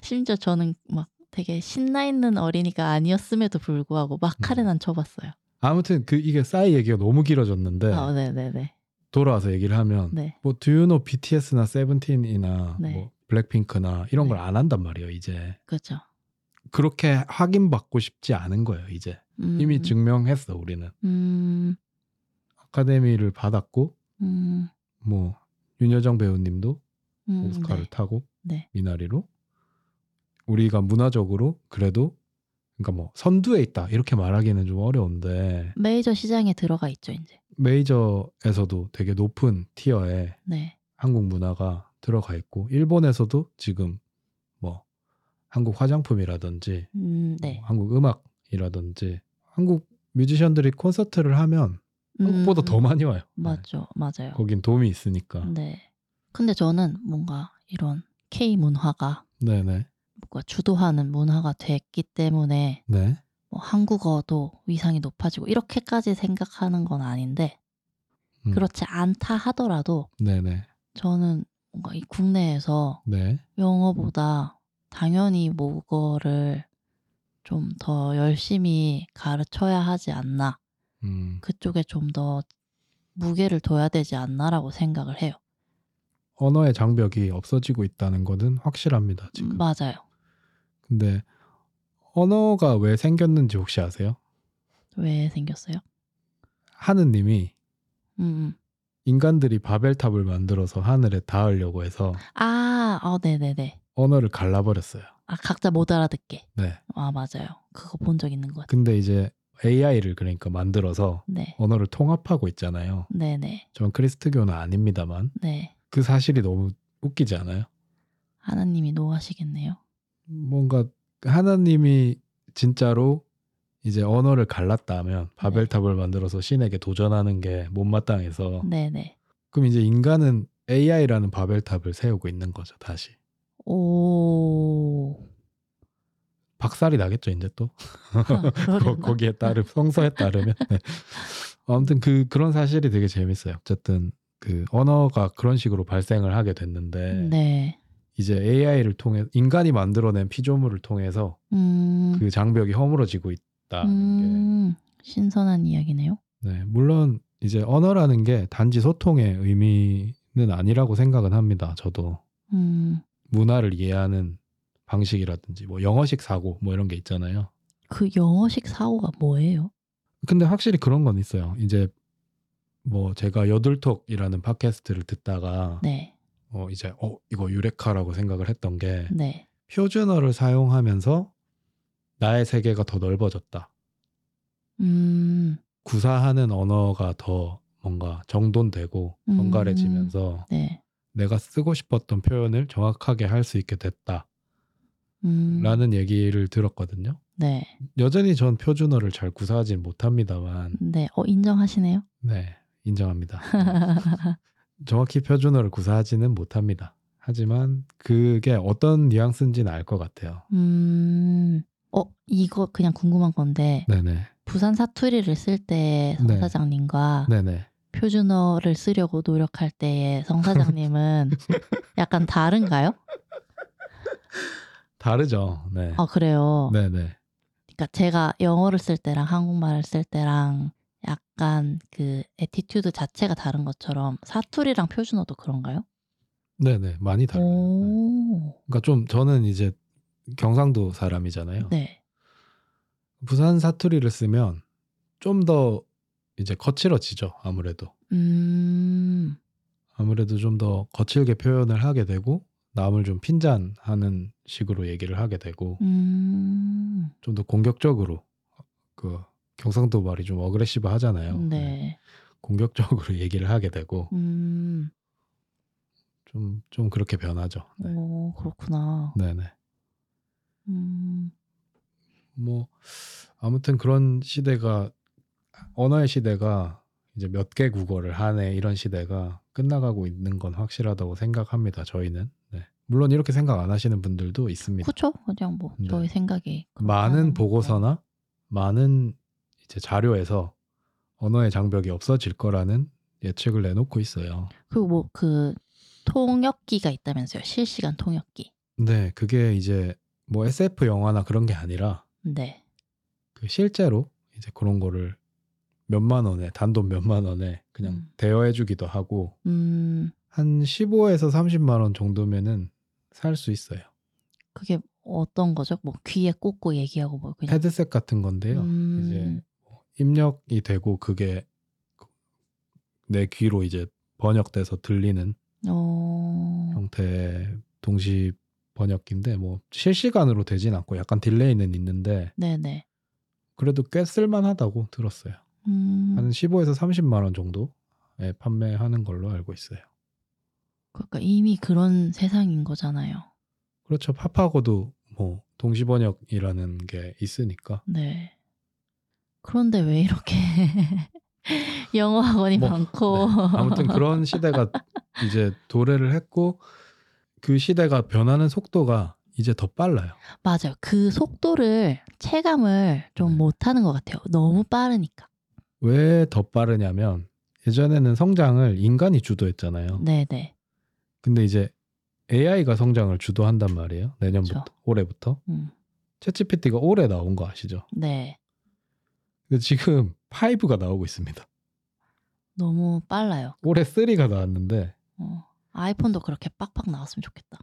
[SPEAKER 2] 심지어 저는 막 되게 신나 있는 어린이가 아니었음에도 불구하고
[SPEAKER 1] 음.
[SPEAKER 2] 마카레난 쳐봤어요
[SPEAKER 1] 아무튼 그 이게 싸이 얘기가 너무 길어졌는데
[SPEAKER 2] 아 네네네
[SPEAKER 1] 돌아와서 얘기를 하면
[SPEAKER 2] 네
[SPEAKER 1] 뭐 Do you know BTS나 세븐틴이나
[SPEAKER 2] 네.
[SPEAKER 1] 뭐 블랙핑크나 이런 걸
[SPEAKER 2] 네.
[SPEAKER 1] 안 한단 말이에요 이제
[SPEAKER 2] 그렇죠
[SPEAKER 1] 그렇게 확인받고 싶지 않은 거예요 이제
[SPEAKER 2] 음,
[SPEAKER 1] 이미 증명했어 우리는
[SPEAKER 2] 음,
[SPEAKER 1] 아카데미를 받았고
[SPEAKER 2] 음,
[SPEAKER 1] 뭐 윤여정 배우님도
[SPEAKER 2] 음,
[SPEAKER 1] 오스카를
[SPEAKER 2] 네.
[SPEAKER 1] 타고
[SPEAKER 2] 네.
[SPEAKER 1] 미나리로 우리가 문화적으로 그래도 그러니까 뭐 선두에 있다 이렇게 말하기는 좀 어려운데
[SPEAKER 2] 메이저 시장에 들어가 있죠 이제
[SPEAKER 1] 메이저에서도 되게 높은 티어에
[SPEAKER 2] 네
[SPEAKER 1] 한국 문화가 들어가 있고 일본에서도 지금 뭐 한국 화장품이라든지
[SPEAKER 2] 음, 네.
[SPEAKER 1] 뭐 한국 음악이라든지 한국 뮤지션들이 콘서트를 하면 한국보다
[SPEAKER 2] 음,
[SPEAKER 1] 더 많이 아. 와요.
[SPEAKER 2] 맞죠, 맞아요.
[SPEAKER 1] 네, 거긴 도움이 있으니까.
[SPEAKER 2] 네. 근데 저는 뭔가 이런 K 문화가
[SPEAKER 1] 네네.
[SPEAKER 2] 뭔가 주도하는 문화가 됐기 때문에
[SPEAKER 1] 네.
[SPEAKER 2] 뭐 한국어도 위상이 높아지고 이렇게까지 생각하는 건 아닌데
[SPEAKER 1] 음.
[SPEAKER 2] 그렇지 않다 하더라도
[SPEAKER 1] 네네.
[SPEAKER 2] 저는 뭔가 이 국내에서
[SPEAKER 1] 네.
[SPEAKER 2] 영어보다 당연히 모국어를 좀 더 열심히 가르쳐야 하지 않나
[SPEAKER 1] 음.
[SPEAKER 2] 그쪽에 좀 더 무게를 둬야 되지 않나라고 생각을 해요.
[SPEAKER 1] 언어의 장벽이 없어지고 있다는 것은 확실합니다. 지금.
[SPEAKER 2] 맞아요.
[SPEAKER 1] 근데 언어가 왜 생겼는지 혹시 아세요?
[SPEAKER 2] 왜 생겼어요?
[SPEAKER 1] 하느님이
[SPEAKER 2] 음. 음.
[SPEAKER 1] 인간들이 바벨탑을 만들어서 하늘에 닿으려고 해서
[SPEAKER 2] 아, 어, 네네네.
[SPEAKER 1] 언어를 갈라버렸어요.
[SPEAKER 2] 아, 각자 못 알아듣게.
[SPEAKER 1] 네.
[SPEAKER 2] 아, 맞아요. 그거 본 적 있는 것 같아요.
[SPEAKER 1] 근데 이제 AI를 그러니까 만들어서
[SPEAKER 2] 네.
[SPEAKER 1] 언어를 통합하고 있잖아요.
[SPEAKER 2] 네네.
[SPEAKER 1] 전 크리스트교는 아닙니다만
[SPEAKER 2] 네.
[SPEAKER 1] 그 사실이 너무 웃기지 않아요?
[SPEAKER 2] 하나님이 노하시겠네요.
[SPEAKER 1] 뭔가 하나님이 진짜로 이제 언어를
[SPEAKER 2] 네.
[SPEAKER 1] 갈랐다면 바벨탑을 만들어서 신에게 도전하는 게 못마땅해서
[SPEAKER 2] 네네.
[SPEAKER 1] 그럼 이제 인간은 AI라는 바벨탑을 세우고 있는 거죠 다시
[SPEAKER 2] 오.
[SPEAKER 1] 박살이 나겠죠 이제 또 거,
[SPEAKER 2] 그러려나?
[SPEAKER 1] 거기에 따르 성서에 따르면 네. 아무튼 그 그런 사실이 되게 재밌어요 어쨌든 그 언어가 그런 식으로 발생을 하게 됐는데
[SPEAKER 2] 네.
[SPEAKER 1] 이제 AI를 통해 인간이 만들어낸 피조물을 통해서
[SPEAKER 2] 음.
[SPEAKER 1] 그 장벽이 허물어지고 있다는 게
[SPEAKER 2] 음. 신선한 이야기네요.
[SPEAKER 1] 네, 물론 이제 언어라는 게 단지 소통의 의미는 아니라고 생각은 합니다. 저도
[SPEAKER 2] 음.
[SPEAKER 1] 문화를 이해하는 방식이라든지 뭐 영어식 사고 뭐 이런 게 있잖아요.
[SPEAKER 2] 그 영어식 사고가 뭐예요?
[SPEAKER 1] 근데 확실히 그런 건 있어요. 이제 뭐 제가 여둘톡이라는 팟캐스트를 듣다가
[SPEAKER 2] 네.
[SPEAKER 1] 어 이제 어 이거 유레카라고 생각을 했던 게
[SPEAKER 2] 네.
[SPEAKER 1] 표준어를 사용하면서 나의 세계가 더 넓어졌다.
[SPEAKER 2] 음.
[SPEAKER 1] 구사하는 언어가 더 뭔가 정돈되고
[SPEAKER 2] 음.
[SPEAKER 1] 번갈해지면서
[SPEAKER 2] 네.
[SPEAKER 1] 내가 쓰고 싶었던 표현을 정확하게 할 수 있게 됐다라는
[SPEAKER 2] 음.
[SPEAKER 1] 얘기를 들었거든요.
[SPEAKER 2] 네.
[SPEAKER 1] 여전히 전 표준어를 잘 구사하진 못합니다만,
[SPEAKER 2] 네. 어, 인정하시네요.
[SPEAKER 1] 네 인정합니다. 정확히 표준어를 구사하지는 못합니다. 하지만 그게 어떤 뉘앙스인지는 알 것 같아요.
[SPEAKER 2] 음, 어, 이거 그냥 궁금한 건데,
[SPEAKER 1] 네네.
[SPEAKER 2] 부산 사투리를 쓸 때
[SPEAKER 1] 네.
[SPEAKER 2] 성사장님과
[SPEAKER 1] 네네.
[SPEAKER 2] 표준어를 쓰려고 노력할 때의 성사장님은 약간 다른가요?
[SPEAKER 1] 다르죠. 네.
[SPEAKER 2] 아, 그래요.
[SPEAKER 1] 네네.
[SPEAKER 2] 그러니까 제가 영어를 쓸 때랑 한국말을 쓸 때랑 약간 그 에티튜드 자체가 다른 것처럼 사투리랑 표준어도 그런가요?
[SPEAKER 1] 네네. 많이 달라요. 네.
[SPEAKER 2] 오.
[SPEAKER 1] 그러니까 좀 저는 이제 경상도 사람이잖아요.
[SPEAKER 2] 네.
[SPEAKER 1] 부산 사투리를 쓰면 좀 더 이제 거칠어지죠. 아무래도.
[SPEAKER 2] 음.
[SPEAKER 1] 아무래도 좀 더 거칠게 표현을 하게 되고 남을 좀 핀잔하는 식으로 얘기를 하게 되고
[SPEAKER 2] 음.
[SPEAKER 1] 좀 더 공격적으로 그 경상도 말이 좀 어그레시브 하잖아요.
[SPEAKER 2] 네.
[SPEAKER 1] 공격적으로 얘기를 하게 되고
[SPEAKER 2] 음.
[SPEAKER 1] 좀 좀 그렇게 변하죠. 네.
[SPEAKER 2] 오, 그렇구나.
[SPEAKER 1] 네네.
[SPEAKER 2] 음.
[SPEAKER 1] 뭐 아무튼 그런 시대가 언어의 시대가 이제 몇 개 국어를 하네 이런 시대가 끝나가고 있는 건 확실하다고 생각합니다. 저희는 네. 물론 이렇게 생각 안 하시는 분들도 있습니다.
[SPEAKER 2] 그쵸? 그냥 뭐
[SPEAKER 1] 네.
[SPEAKER 2] 저희 생각이 그렇게 하는
[SPEAKER 1] 많은
[SPEAKER 2] 건데.
[SPEAKER 1] 보고서나 많은 이제 자료에서 언어의 장벽이 없어질 거라는 예측을 내놓고 있어요.
[SPEAKER 2] 그리고 뭐 그 통역기가 있다면서요. 실시간 통역기.
[SPEAKER 1] 네, 그게 이제 뭐 SF 영화나 그런 게 아니라
[SPEAKER 2] 네.
[SPEAKER 1] 그 실제로 이제 그런 거를 몇만 원에 단돈 몇만 원에 그냥
[SPEAKER 2] 음.
[SPEAKER 1] 대여해주기도 하고
[SPEAKER 2] 음.
[SPEAKER 1] 한 15에서 30만 원 정도면은 살 수 있어요.
[SPEAKER 2] 그게 어떤 거죠? 뭐 귀에 꽂고 얘기하고 뭐 그냥
[SPEAKER 1] 헤드셋 같은 건데요.
[SPEAKER 2] 음.
[SPEAKER 1] 이제 입력이 되고 그게 내 귀로 이제 번역돼서 들리는
[SPEAKER 2] 어.
[SPEAKER 1] 형태의 동시 번역기인데 뭐 실시간으로 되진 않고 약간 딜레이는 있는데
[SPEAKER 2] 네네.
[SPEAKER 1] 그래도 꽤 쓸만하다고 들었어요.
[SPEAKER 2] 음.
[SPEAKER 1] 한 15에서 30만 원 정도에 판매하는 걸로 알고 있어요.
[SPEAKER 2] 그러니까 이미 그런 세상인 거잖아요.
[SPEAKER 1] 그렇죠. 팝하고도 뭐 동시 번역이라는 게 있으니까
[SPEAKER 2] 네. 그런데 왜 이렇게 영어 학원이
[SPEAKER 1] 뭐,
[SPEAKER 2] 많고
[SPEAKER 1] 네. 아무튼 그런 시대가 이제 도래를 했고 그 시대가 변하는 속도가 이제 더 빨라요.
[SPEAKER 2] 맞아요. 그 속도를 체감을 좀
[SPEAKER 1] 네. 음.
[SPEAKER 2] 못하는 것 같아요. 너무 빠르니까.
[SPEAKER 1] 왜 더 빠르냐면 예전에는 성장을 인간이 주도했잖아요.
[SPEAKER 2] 네네.
[SPEAKER 1] 근데 이제 AI가 성장을 주도한단 말이에요. 내년부터
[SPEAKER 2] 그렇죠.
[SPEAKER 1] 올해부터
[SPEAKER 2] 음,
[SPEAKER 1] 챗GPT가 올해 나온 거 아시죠?
[SPEAKER 2] 네.
[SPEAKER 1] 근데 지금 5가 나오고 있습니다.
[SPEAKER 2] 너무 빨라요.
[SPEAKER 1] 올해 3가 나왔는데
[SPEAKER 2] 어, 아이폰도 그렇게 빡빡 나왔으면 좋겠다.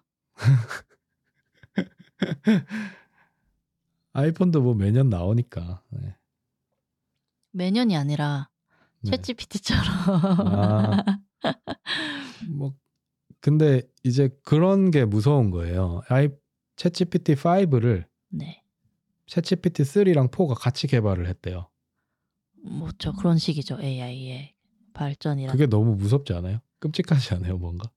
[SPEAKER 1] 아이폰도 뭐 매년 나오니까. 네.
[SPEAKER 2] 매년이 아니라
[SPEAKER 1] 네.
[SPEAKER 2] 챗GPT처럼.
[SPEAKER 1] 아. 뭐 근데 이제 그런 게 무서운 거예요. 아이 챗GPT 5를
[SPEAKER 2] 네.
[SPEAKER 1] 챗GPT 3랑 4가 같이 개발을 했대요.
[SPEAKER 2] 뭐죠 그런 식이죠 AI의 발전이라
[SPEAKER 1] 그게 너무 무섭지 않아요? 끔찍하지 않아요, 뭔가?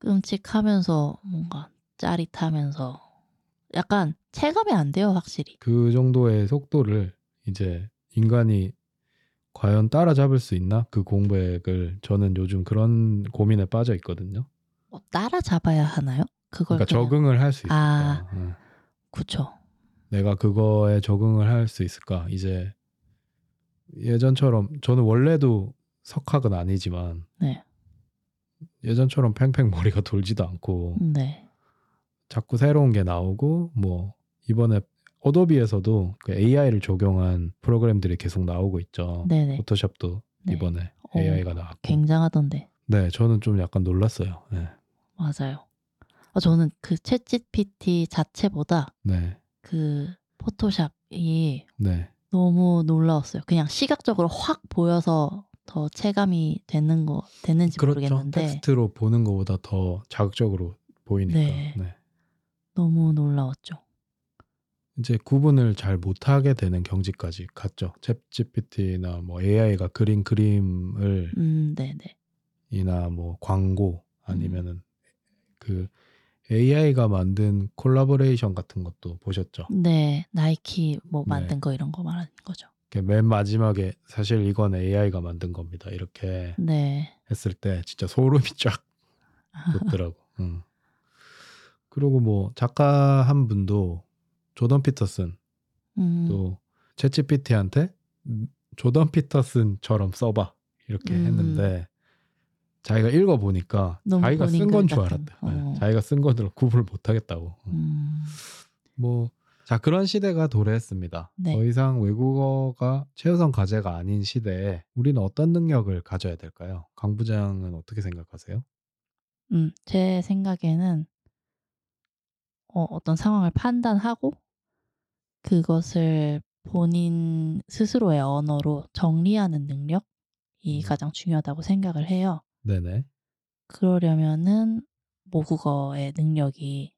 [SPEAKER 2] 끔찍하면서 뭔가 짜릿하면서 약간 체감이 안 돼요 확실히.
[SPEAKER 1] 그 정도의 속도를 이제 인간이 과연 따라잡을 수 있나? 그 공백을 저는 요즘 그런 고민에 빠져 있거든요.
[SPEAKER 2] 뭐 따라잡아야 하나요? 그걸
[SPEAKER 1] 그러니까
[SPEAKER 2] 그냥-
[SPEAKER 1] 적응을 할 수 있을까?
[SPEAKER 2] 아.
[SPEAKER 1] 응.
[SPEAKER 2] 그쵸.
[SPEAKER 1] 내가 그거에 적응을 할 수 있을까? 이제 예전처럼 저는 원래도 석학은 아니지만
[SPEAKER 2] 네.
[SPEAKER 1] 예전처럼 팽팽 머리가 돌지도 않고
[SPEAKER 2] 네.
[SPEAKER 1] 자꾸 새로운 게 나오고 뭐 이번에 어도비에서도 그 AI를 적용한 프로그램들이 계속 나오고 있죠.
[SPEAKER 2] 네네.
[SPEAKER 1] 포토샵도
[SPEAKER 2] 네.
[SPEAKER 1] 이번에
[SPEAKER 2] 어,
[SPEAKER 1] AI가 나왔고.
[SPEAKER 2] 굉장하던데.
[SPEAKER 1] 네, 저는 좀 약간 놀랐어요. 네.
[SPEAKER 2] 맞아요. 아, 저는 그 챗GPT 자체보다
[SPEAKER 1] 네.
[SPEAKER 2] 그 포토샵이
[SPEAKER 1] 네.
[SPEAKER 2] 너무 놀라웠어요. 그냥 시각적으로 확 보여서 더 체감이 되는 거 되는지
[SPEAKER 1] 그렇죠.
[SPEAKER 2] 모르겠는데
[SPEAKER 1] 텍스트로 보는 것보다 더 자극적으로 보이니까.
[SPEAKER 2] 네.
[SPEAKER 1] 네.
[SPEAKER 2] 너무 놀라웠죠.
[SPEAKER 1] 이제 구분을 잘 못하게 되는 경지까지 갔죠. 챗GPT나 뭐 AI가 그린 그림을
[SPEAKER 2] 음, 네, 네.
[SPEAKER 1] 이나 뭐 광고 아니면은 그 AI가 만든 콜라보레이션 같은 것도 보셨죠.
[SPEAKER 2] 네, 나이키 뭐
[SPEAKER 1] 네.
[SPEAKER 2] 만든 거 이런 거 말하는 거죠.
[SPEAKER 1] 이렇게 맨 마지막에 사실 이건 AI가 만든 겁니다. 이렇게
[SPEAKER 2] 네.
[SPEAKER 1] 했을 때 진짜 소름이 쫙 돋더라고. 음. 그리고 뭐 작가 한 분도 조던 피터슨
[SPEAKER 2] 음,
[SPEAKER 1] 또 챗GPT한테 조던 피터슨처럼 써봐 이렇게
[SPEAKER 2] 음.
[SPEAKER 1] 했는데 자기가 읽어 보니까
[SPEAKER 2] 너무
[SPEAKER 1] 자기가 쓴
[SPEAKER 2] 본인글
[SPEAKER 1] 건 줄
[SPEAKER 2] 같은,
[SPEAKER 1] 알았대. 네,
[SPEAKER 2] 어.
[SPEAKER 1] 자기가 쓴 거를 구분을 못 하겠다고.
[SPEAKER 2] 음,
[SPEAKER 1] 뭐 자 그런 시대가 도래했습니다.
[SPEAKER 2] 네.
[SPEAKER 1] 더 이상 외국어가 최우선 과제가 아닌 시대에 우리는 어떤 능력을 가져야 될까요? 강 부장은 어떻게 생각하세요?
[SPEAKER 2] 음, 제 생각에는 어, 어떤 상황을 판단하고 그것을 본인 스스로의 언어로 정리하는 능력이
[SPEAKER 1] 음.
[SPEAKER 2] 가장 중요하다고 생각을 해요.
[SPEAKER 1] 네네.
[SPEAKER 2] 그러려면은 모국어의 능력이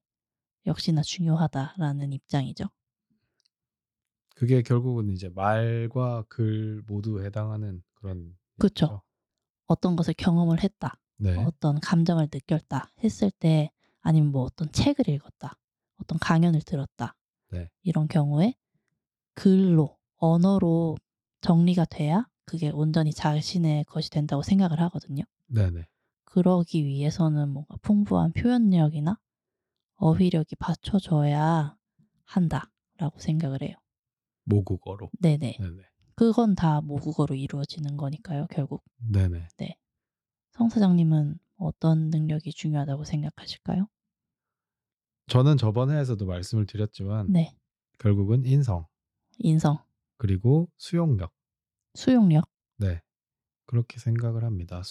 [SPEAKER 2] 역시나 중요하다라는 입장이죠.
[SPEAKER 1] 그게 결국은 이제 말과 글 모두 해당하는 그런
[SPEAKER 2] 그쵸.
[SPEAKER 1] 얘기죠?
[SPEAKER 2] 어떤 것을 경험을 했다,
[SPEAKER 1] 네.
[SPEAKER 2] 어떤 감정을 느꼈다 했을 때 아니면 뭐 어떤 책을 읽었다, 어떤 강연을 들었다
[SPEAKER 1] 네.
[SPEAKER 2] 이런 경우에 글로 언어로 정리가 돼야 그게 온전히 자신의 것이 된다고 생각을 하거든요.
[SPEAKER 1] 네네.
[SPEAKER 2] 그러기 위해서는 뭔가 풍부한 표현력이나 어휘력이 받쳐져야 한다라고 생각을 해요.
[SPEAKER 1] 모국어로.
[SPEAKER 2] 네네.
[SPEAKER 1] 네네.
[SPEAKER 2] 그건 다 모국어로 이루어지는 거니까요, 결국.
[SPEAKER 1] 네네.
[SPEAKER 2] 성 사장님은 어떤 능력이 중요하다고 생각하실까요?
[SPEAKER 1] 저는 저번 회에서도 말씀을 드렸지만
[SPEAKER 2] 네.
[SPEAKER 1] 결국은 인성
[SPEAKER 2] 인성,
[SPEAKER 1] 그리고 수용력.
[SPEAKER 2] 수용력.
[SPEAKER 1] 네. 그렇게 생각을 합니다.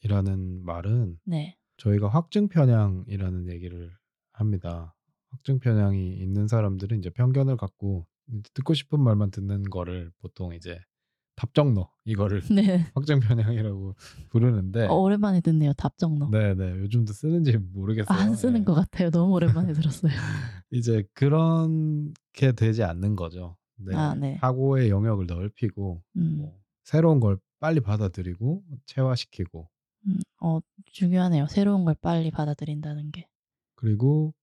[SPEAKER 1] 수용력이라는 말은
[SPEAKER 2] 네.
[SPEAKER 1] 저희가 확증 편향이라는 얘기를 합니다. 확증 편향이 있는 사람들은 이제 편견을 갖고 이제 듣고 싶은 말만 듣는 거를 보통 이제 답정너 이거를
[SPEAKER 2] 네.
[SPEAKER 1] 확증 편향이라고 부르는데
[SPEAKER 2] 어, 오랜만에 듣네요. 답정너.
[SPEAKER 1] 네네 요즘도 쓰는지 모르겠어요.
[SPEAKER 2] 어? 아, 안 쓰는
[SPEAKER 1] 예.
[SPEAKER 2] 것 같아요. 너무 오랜만에 들었어요.
[SPEAKER 1] 이제 그렇게 되지 않는 거죠. 네.
[SPEAKER 2] 아, 네.
[SPEAKER 1] 사고의 영역을 넓히고
[SPEAKER 2] 음,
[SPEAKER 1] 뭐 새로운 걸 빨리 받아들이고 체화시키고
[SPEAKER 2] 음, 어, 중요하네요. 새로운 걸 빨리 받아들인다는 게.
[SPEAKER 1] 그리고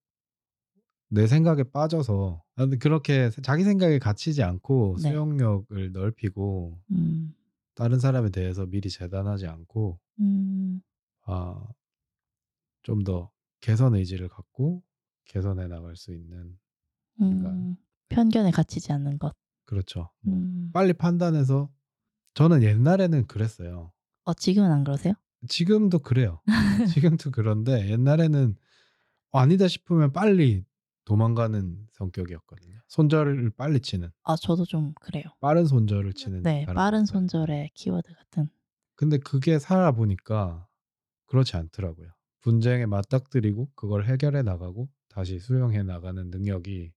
[SPEAKER 1] 내 생각에 빠져서 아, 근데 그렇게 자기 생각에 갇히지 않고
[SPEAKER 2] 네.
[SPEAKER 1] 수용력을 넓히고
[SPEAKER 2] 음,
[SPEAKER 1] 다른 사람에 대해서 미리 재단하지 않고
[SPEAKER 2] 음,
[SPEAKER 1] 아, 좀 더 개선 의지를 갖고 개선해 나갈 수 있는
[SPEAKER 2] 음, 편견에 갇히지 않는 것.
[SPEAKER 1] 그렇죠. 뭐
[SPEAKER 2] 음.
[SPEAKER 1] 빨리 판단해서 저는 옛날에는 그랬어요.
[SPEAKER 2] 어, 지금은 안 그러세요?
[SPEAKER 1] 지금도 그래요. 지금도 그런데 옛날에는 아니다 싶으면 빨리 도망가는 성격이었거든요. 손절을 빨리 치는
[SPEAKER 2] 아, 저도 좀 그래요.
[SPEAKER 1] 빠른 손절을 치는
[SPEAKER 2] 네,
[SPEAKER 1] 사람.
[SPEAKER 2] 빠른 손절의 키워드 같은.
[SPEAKER 1] 근데 그게 살아보니까 그렇지 않더라고요. 분쟁에 맞닥뜨리고 그걸 해결해 나가고 다시 수용해 나가는 능력이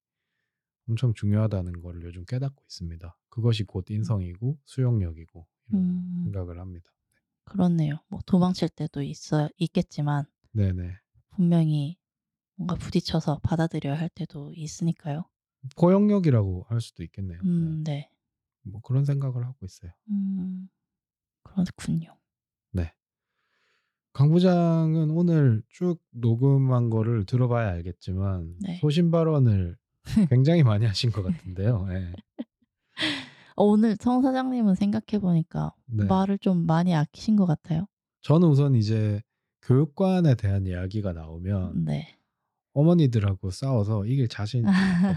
[SPEAKER 1] 엄청 중요하다는 걸 요즘 깨닫고 있습니다. 그것이 곧 인성이고 수용력이고 이런
[SPEAKER 2] 음,
[SPEAKER 1] 생각을 합니다.
[SPEAKER 2] 그렇네요. 뭐 도망칠 때도 있어 있겠지만
[SPEAKER 1] 네네.
[SPEAKER 2] 분명히 뭔가 부딪혀서 받아들여야 할 때도 있으니까요.
[SPEAKER 1] 포용력이라고 할 수도 있겠네요. 네.
[SPEAKER 2] 음, 네.
[SPEAKER 1] 뭐 그런 생각을 하고 있어요.
[SPEAKER 2] 음, 그렇군요.
[SPEAKER 1] 강 부장은 오늘 쭉 녹음한 거를 들어봐야 알겠지만
[SPEAKER 2] 네.
[SPEAKER 1] 소신 발언을 굉장히 많이 하신 것 같은데요. 예.
[SPEAKER 2] 어, 오늘 성 사장님은 생각해 보니까
[SPEAKER 1] 네.
[SPEAKER 2] 말을 좀 많이 아끼신 것 같아요.
[SPEAKER 1] 저는 우선 이제 교육관에 대한 이야기가 나오면
[SPEAKER 2] 네.
[SPEAKER 1] 어머니들하고 싸워서 이길 자신이 없어요.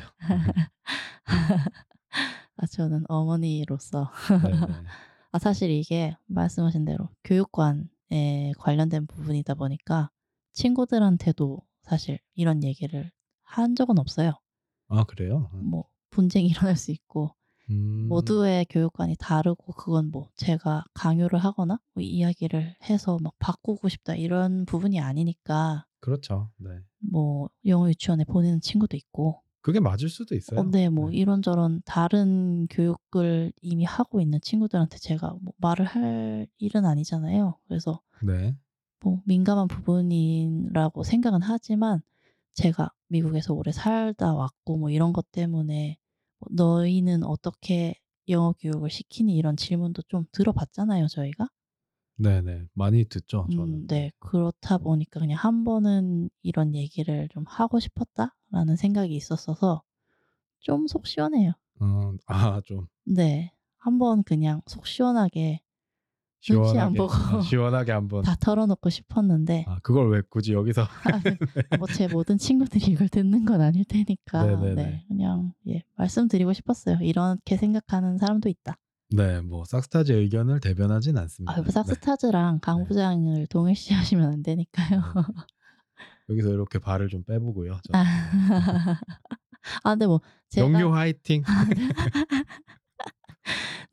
[SPEAKER 2] 아, 저는 어머니로서
[SPEAKER 1] 네네.
[SPEAKER 2] 아, 사실 이게 말씀하신 대로 교육관에 관련된 부분이다 보니까 친구들한테도 사실 이런 얘기를 한 적은 없어요.
[SPEAKER 1] 아 그래요?
[SPEAKER 2] 뭐 분쟁이 일어날 수 있고
[SPEAKER 1] 음,
[SPEAKER 2] 모두의 교육관이 다르고 그건 뭐 제가 강요를 하거나 뭐 이야기를 해서 막 바꾸고 싶다 이런 부분이 아니니까
[SPEAKER 1] 그렇죠. 네.
[SPEAKER 2] 뭐 영어 유치원에 보내는 친구도 있고
[SPEAKER 1] 그게 맞을 수도 있어요.
[SPEAKER 2] 근데 뭐
[SPEAKER 1] 네.
[SPEAKER 2] 이런저런 다른 교육을 이미 하고 있는 친구들한테 제가 뭐 말을 할 일은 아니잖아요. 그래서
[SPEAKER 1] 네.
[SPEAKER 2] 뭐 민감한 부분이라고 생각은 하지만 제가 미국에서 오래 살다 왔고 뭐 이런 것 때문에 뭐 너희는 어떻게 영어 교육을 시키니 이런 질문도 좀 들어봤잖아요 저희가.
[SPEAKER 1] 네네. 많이 듣죠. 저는.
[SPEAKER 2] 음, 네 그렇다 보니까 그냥 한 번은 이런 얘기를 좀 하고 싶었다라는 생각이 있었어서 좀 속 시원해요.
[SPEAKER 1] 음, 어, 아, 아좀
[SPEAKER 2] 네 한 번 그냥 속 시원하게 눈치 안
[SPEAKER 1] 시원하게,
[SPEAKER 2] 보고.
[SPEAKER 1] 아, 시원하게 한번.
[SPEAKER 2] 다 털어놓고 싶었는데
[SPEAKER 1] 아, 그걸 왜 굳이 여기서
[SPEAKER 2] 뭐 제 모든 친구들이 이걸 듣는 건 아닐 테니까
[SPEAKER 1] 아. 네네네.
[SPEAKER 2] 네, 그냥 예, 말씀드리고 싶었어요. 이렇게 생각하는 사람도 있다.
[SPEAKER 1] 네, 뭐 싹스타즈의 의견을 대변하진 않습니다.
[SPEAKER 2] 아, 싹스타즈랑 강 부장을 동일시하시면 안
[SPEAKER 1] 네.
[SPEAKER 2] 되니까요.
[SPEAKER 1] 네. 여기서 이렇게 발을 좀 빼보고요. 저는.
[SPEAKER 2] 아, 근데 뭐 제가 아.
[SPEAKER 1] 영유 화이팅.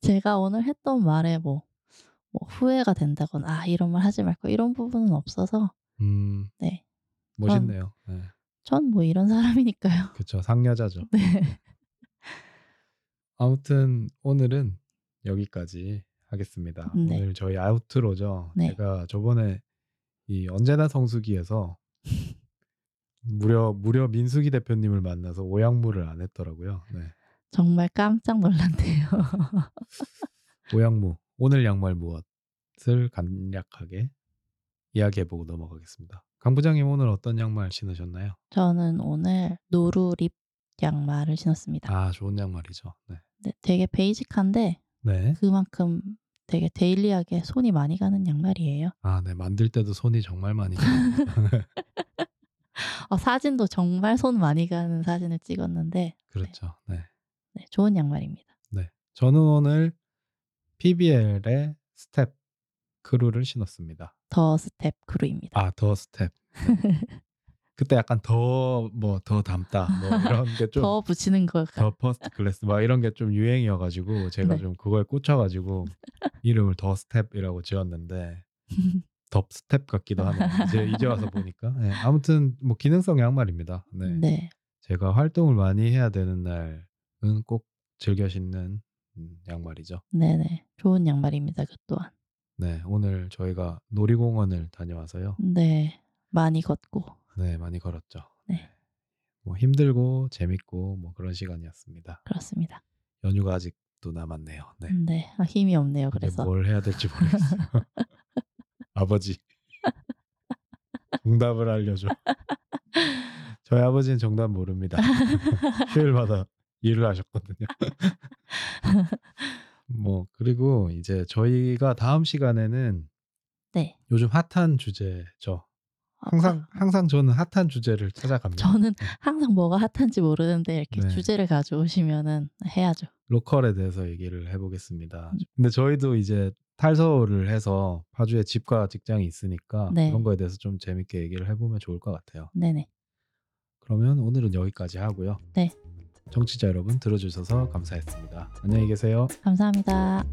[SPEAKER 2] 제가 오늘 했던 말에 뭐, 뭐 후회가 된다거나 아 이런 말 하지 말고 이런 부분은 없어서
[SPEAKER 1] 음,
[SPEAKER 2] 네.
[SPEAKER 1] 멋있네요. 네.
[SPEAKER 2] 전 뭐 이런 사람이니까요.
[SPEAKER 1] 그렇죠. 상여자죠.
[SPEAKER 2] 네.
[SPEAKER 1] 아무튼 오늘은 여기까지 하겠습니다.
[SPEAKER 2] 네.
[SPEAKER 1] 오늘 저희 아우트로죠.
[SPEAKER 2] 네.
[SPEAKER 1] 제가 저번에 이 언제나 성수기에서 무려 무려 민수기 대표님을 만나서 오양무를 안 했더라고요. 네.
[SPEAKER 2] 정말 깜짝 놀랐네요.
[SPEAKER 1] 오양무 오늘 양말 무엇을 간략하게 이야기해보고 넘어가겠습니다. 강 부장님 오늘 어떤 양말 신으셨나요?
[SPEAKER 2] 저는 오늘 노루립 양말을 신었습니다.
[SPEAKER 1] 아 좋은 양말이죠. 네.
[SPEAKER 2] 네, 되게 베이직한데
[SPEAKER 1] 네.
[SPEAKER 2] 그만큼 되게 데일리하게 손이 많이 가는 양말이에요.
[SPEAKER 1] 아, 네. 만들 때도 손이 정말 많이 가요.
[SPEAKER 2] 어, 사진도 정말 손 많이 가는 사진을 찍었는데
[SPEAKER 1] 그렇죠. 네.
[SPEAKER 2] 네, 좋은 양말입니다.
[SPEAKER 1] 저는 오늘 PBL의 스텝 크루를 신었습니다.
[SPEAKER 2] 더 스텝 크루입니다.
[SPEAKER 1] 아, 더 스텝. 네. 그때 약간 더 뭐 더 담다 뭐 이런 게좀
[SPEAKER 2] 더 붙이는 거
[SPEAKER 1] 더 퍼스트 클래스 막 이런 게 좀 유행이어가지고 제가
[SPEAKER 2] 네.
[SPEAKER 1] 좀 그거에 꽂혀가지고 이름을 더 스텝이라고 지었는데 덥 스텝 같기도 하네요. 이제 이제 와서 보니까 네, 아무튼 뭐 기능성 양말입니다. 네.
[SPEAKER 2] 네.
[SPEAKER 1] 제가 활동을 많이 해야 되는 날은 꼭 즐겨 신는 음, 양말이죠.
[SPEAKER 2] 네네. 좋은 양말입니다. 그 또한.
[SPEAKER 1] 네 오늘 저희가 놀이공원을 다녀와서요.
[SPEAKER 2] 네. 많이 걷고.
[SPEAKER 1] 네 많이 걸었죠.
[SPEAKER 2] 네.
[SPEAKER 1] 뭐 힘들고 재밌고 뭐 그런 시간이었습니다.
[SPEAKER 2] 그렇습니다.
[SPEAKER 1] 연휴가 아직도 남았네요. 네.
[SPEAKER 2] 네. 아, 힘이 없네요.
[SPEAKER 1] 근데
[SPEAKER 2] 그래서.
[SPEAKER 1] 예, 뭘 해야 될지 모르겠어요. 아버지. 정답을 알려줘. 저희 아버지는 정답 모릅니다. 휴일마다 일을 하셨거든요. 뭐 그리고 이제 저희가 다음 시간에는
[SPEAKER 2] 네.
[SPEAKER 1] 요즘 핫한 주제죠.
[SPEAKER 2] 아,
[SPEAKER 1] 항상
[SPEAKER 2] 그-
[SPEAKER 1] 항상 저는 핫한 주제를 찾아갑니다.
[SPEAKER 2] 저는 항상 뭐가 핫한지 모르는데 이렇게
[SPEAKER 1] 네.
[SPEAKER 2] 주제를 가져오시면은 해야죠.
[SPEAKER 1] 로컬에 대해서 얘기를
[SPEAKER 2] 음.
[SPEAKER 1] 해보겠습니다. 근데 저희도 이제 탈서를 해서 파주에 집과 직장이 있으니까
[SPEAKER 2] 네.
[SPEAKER 1] 그런 거에 대해서 좀 재밌게 얘기를 해보면 좋을 것 같아요.
[SPEAKER 2] 네네.
[SPEAKER 1] 그러면 오늘은 여기까지 하고요.
[SPEAKER 2] 네.
[SPEAKER 1] 정치자 여러분 들어주셔서 감사했습니다. 안녕히 계세요.
[SPEAKER 2] 감사합니다.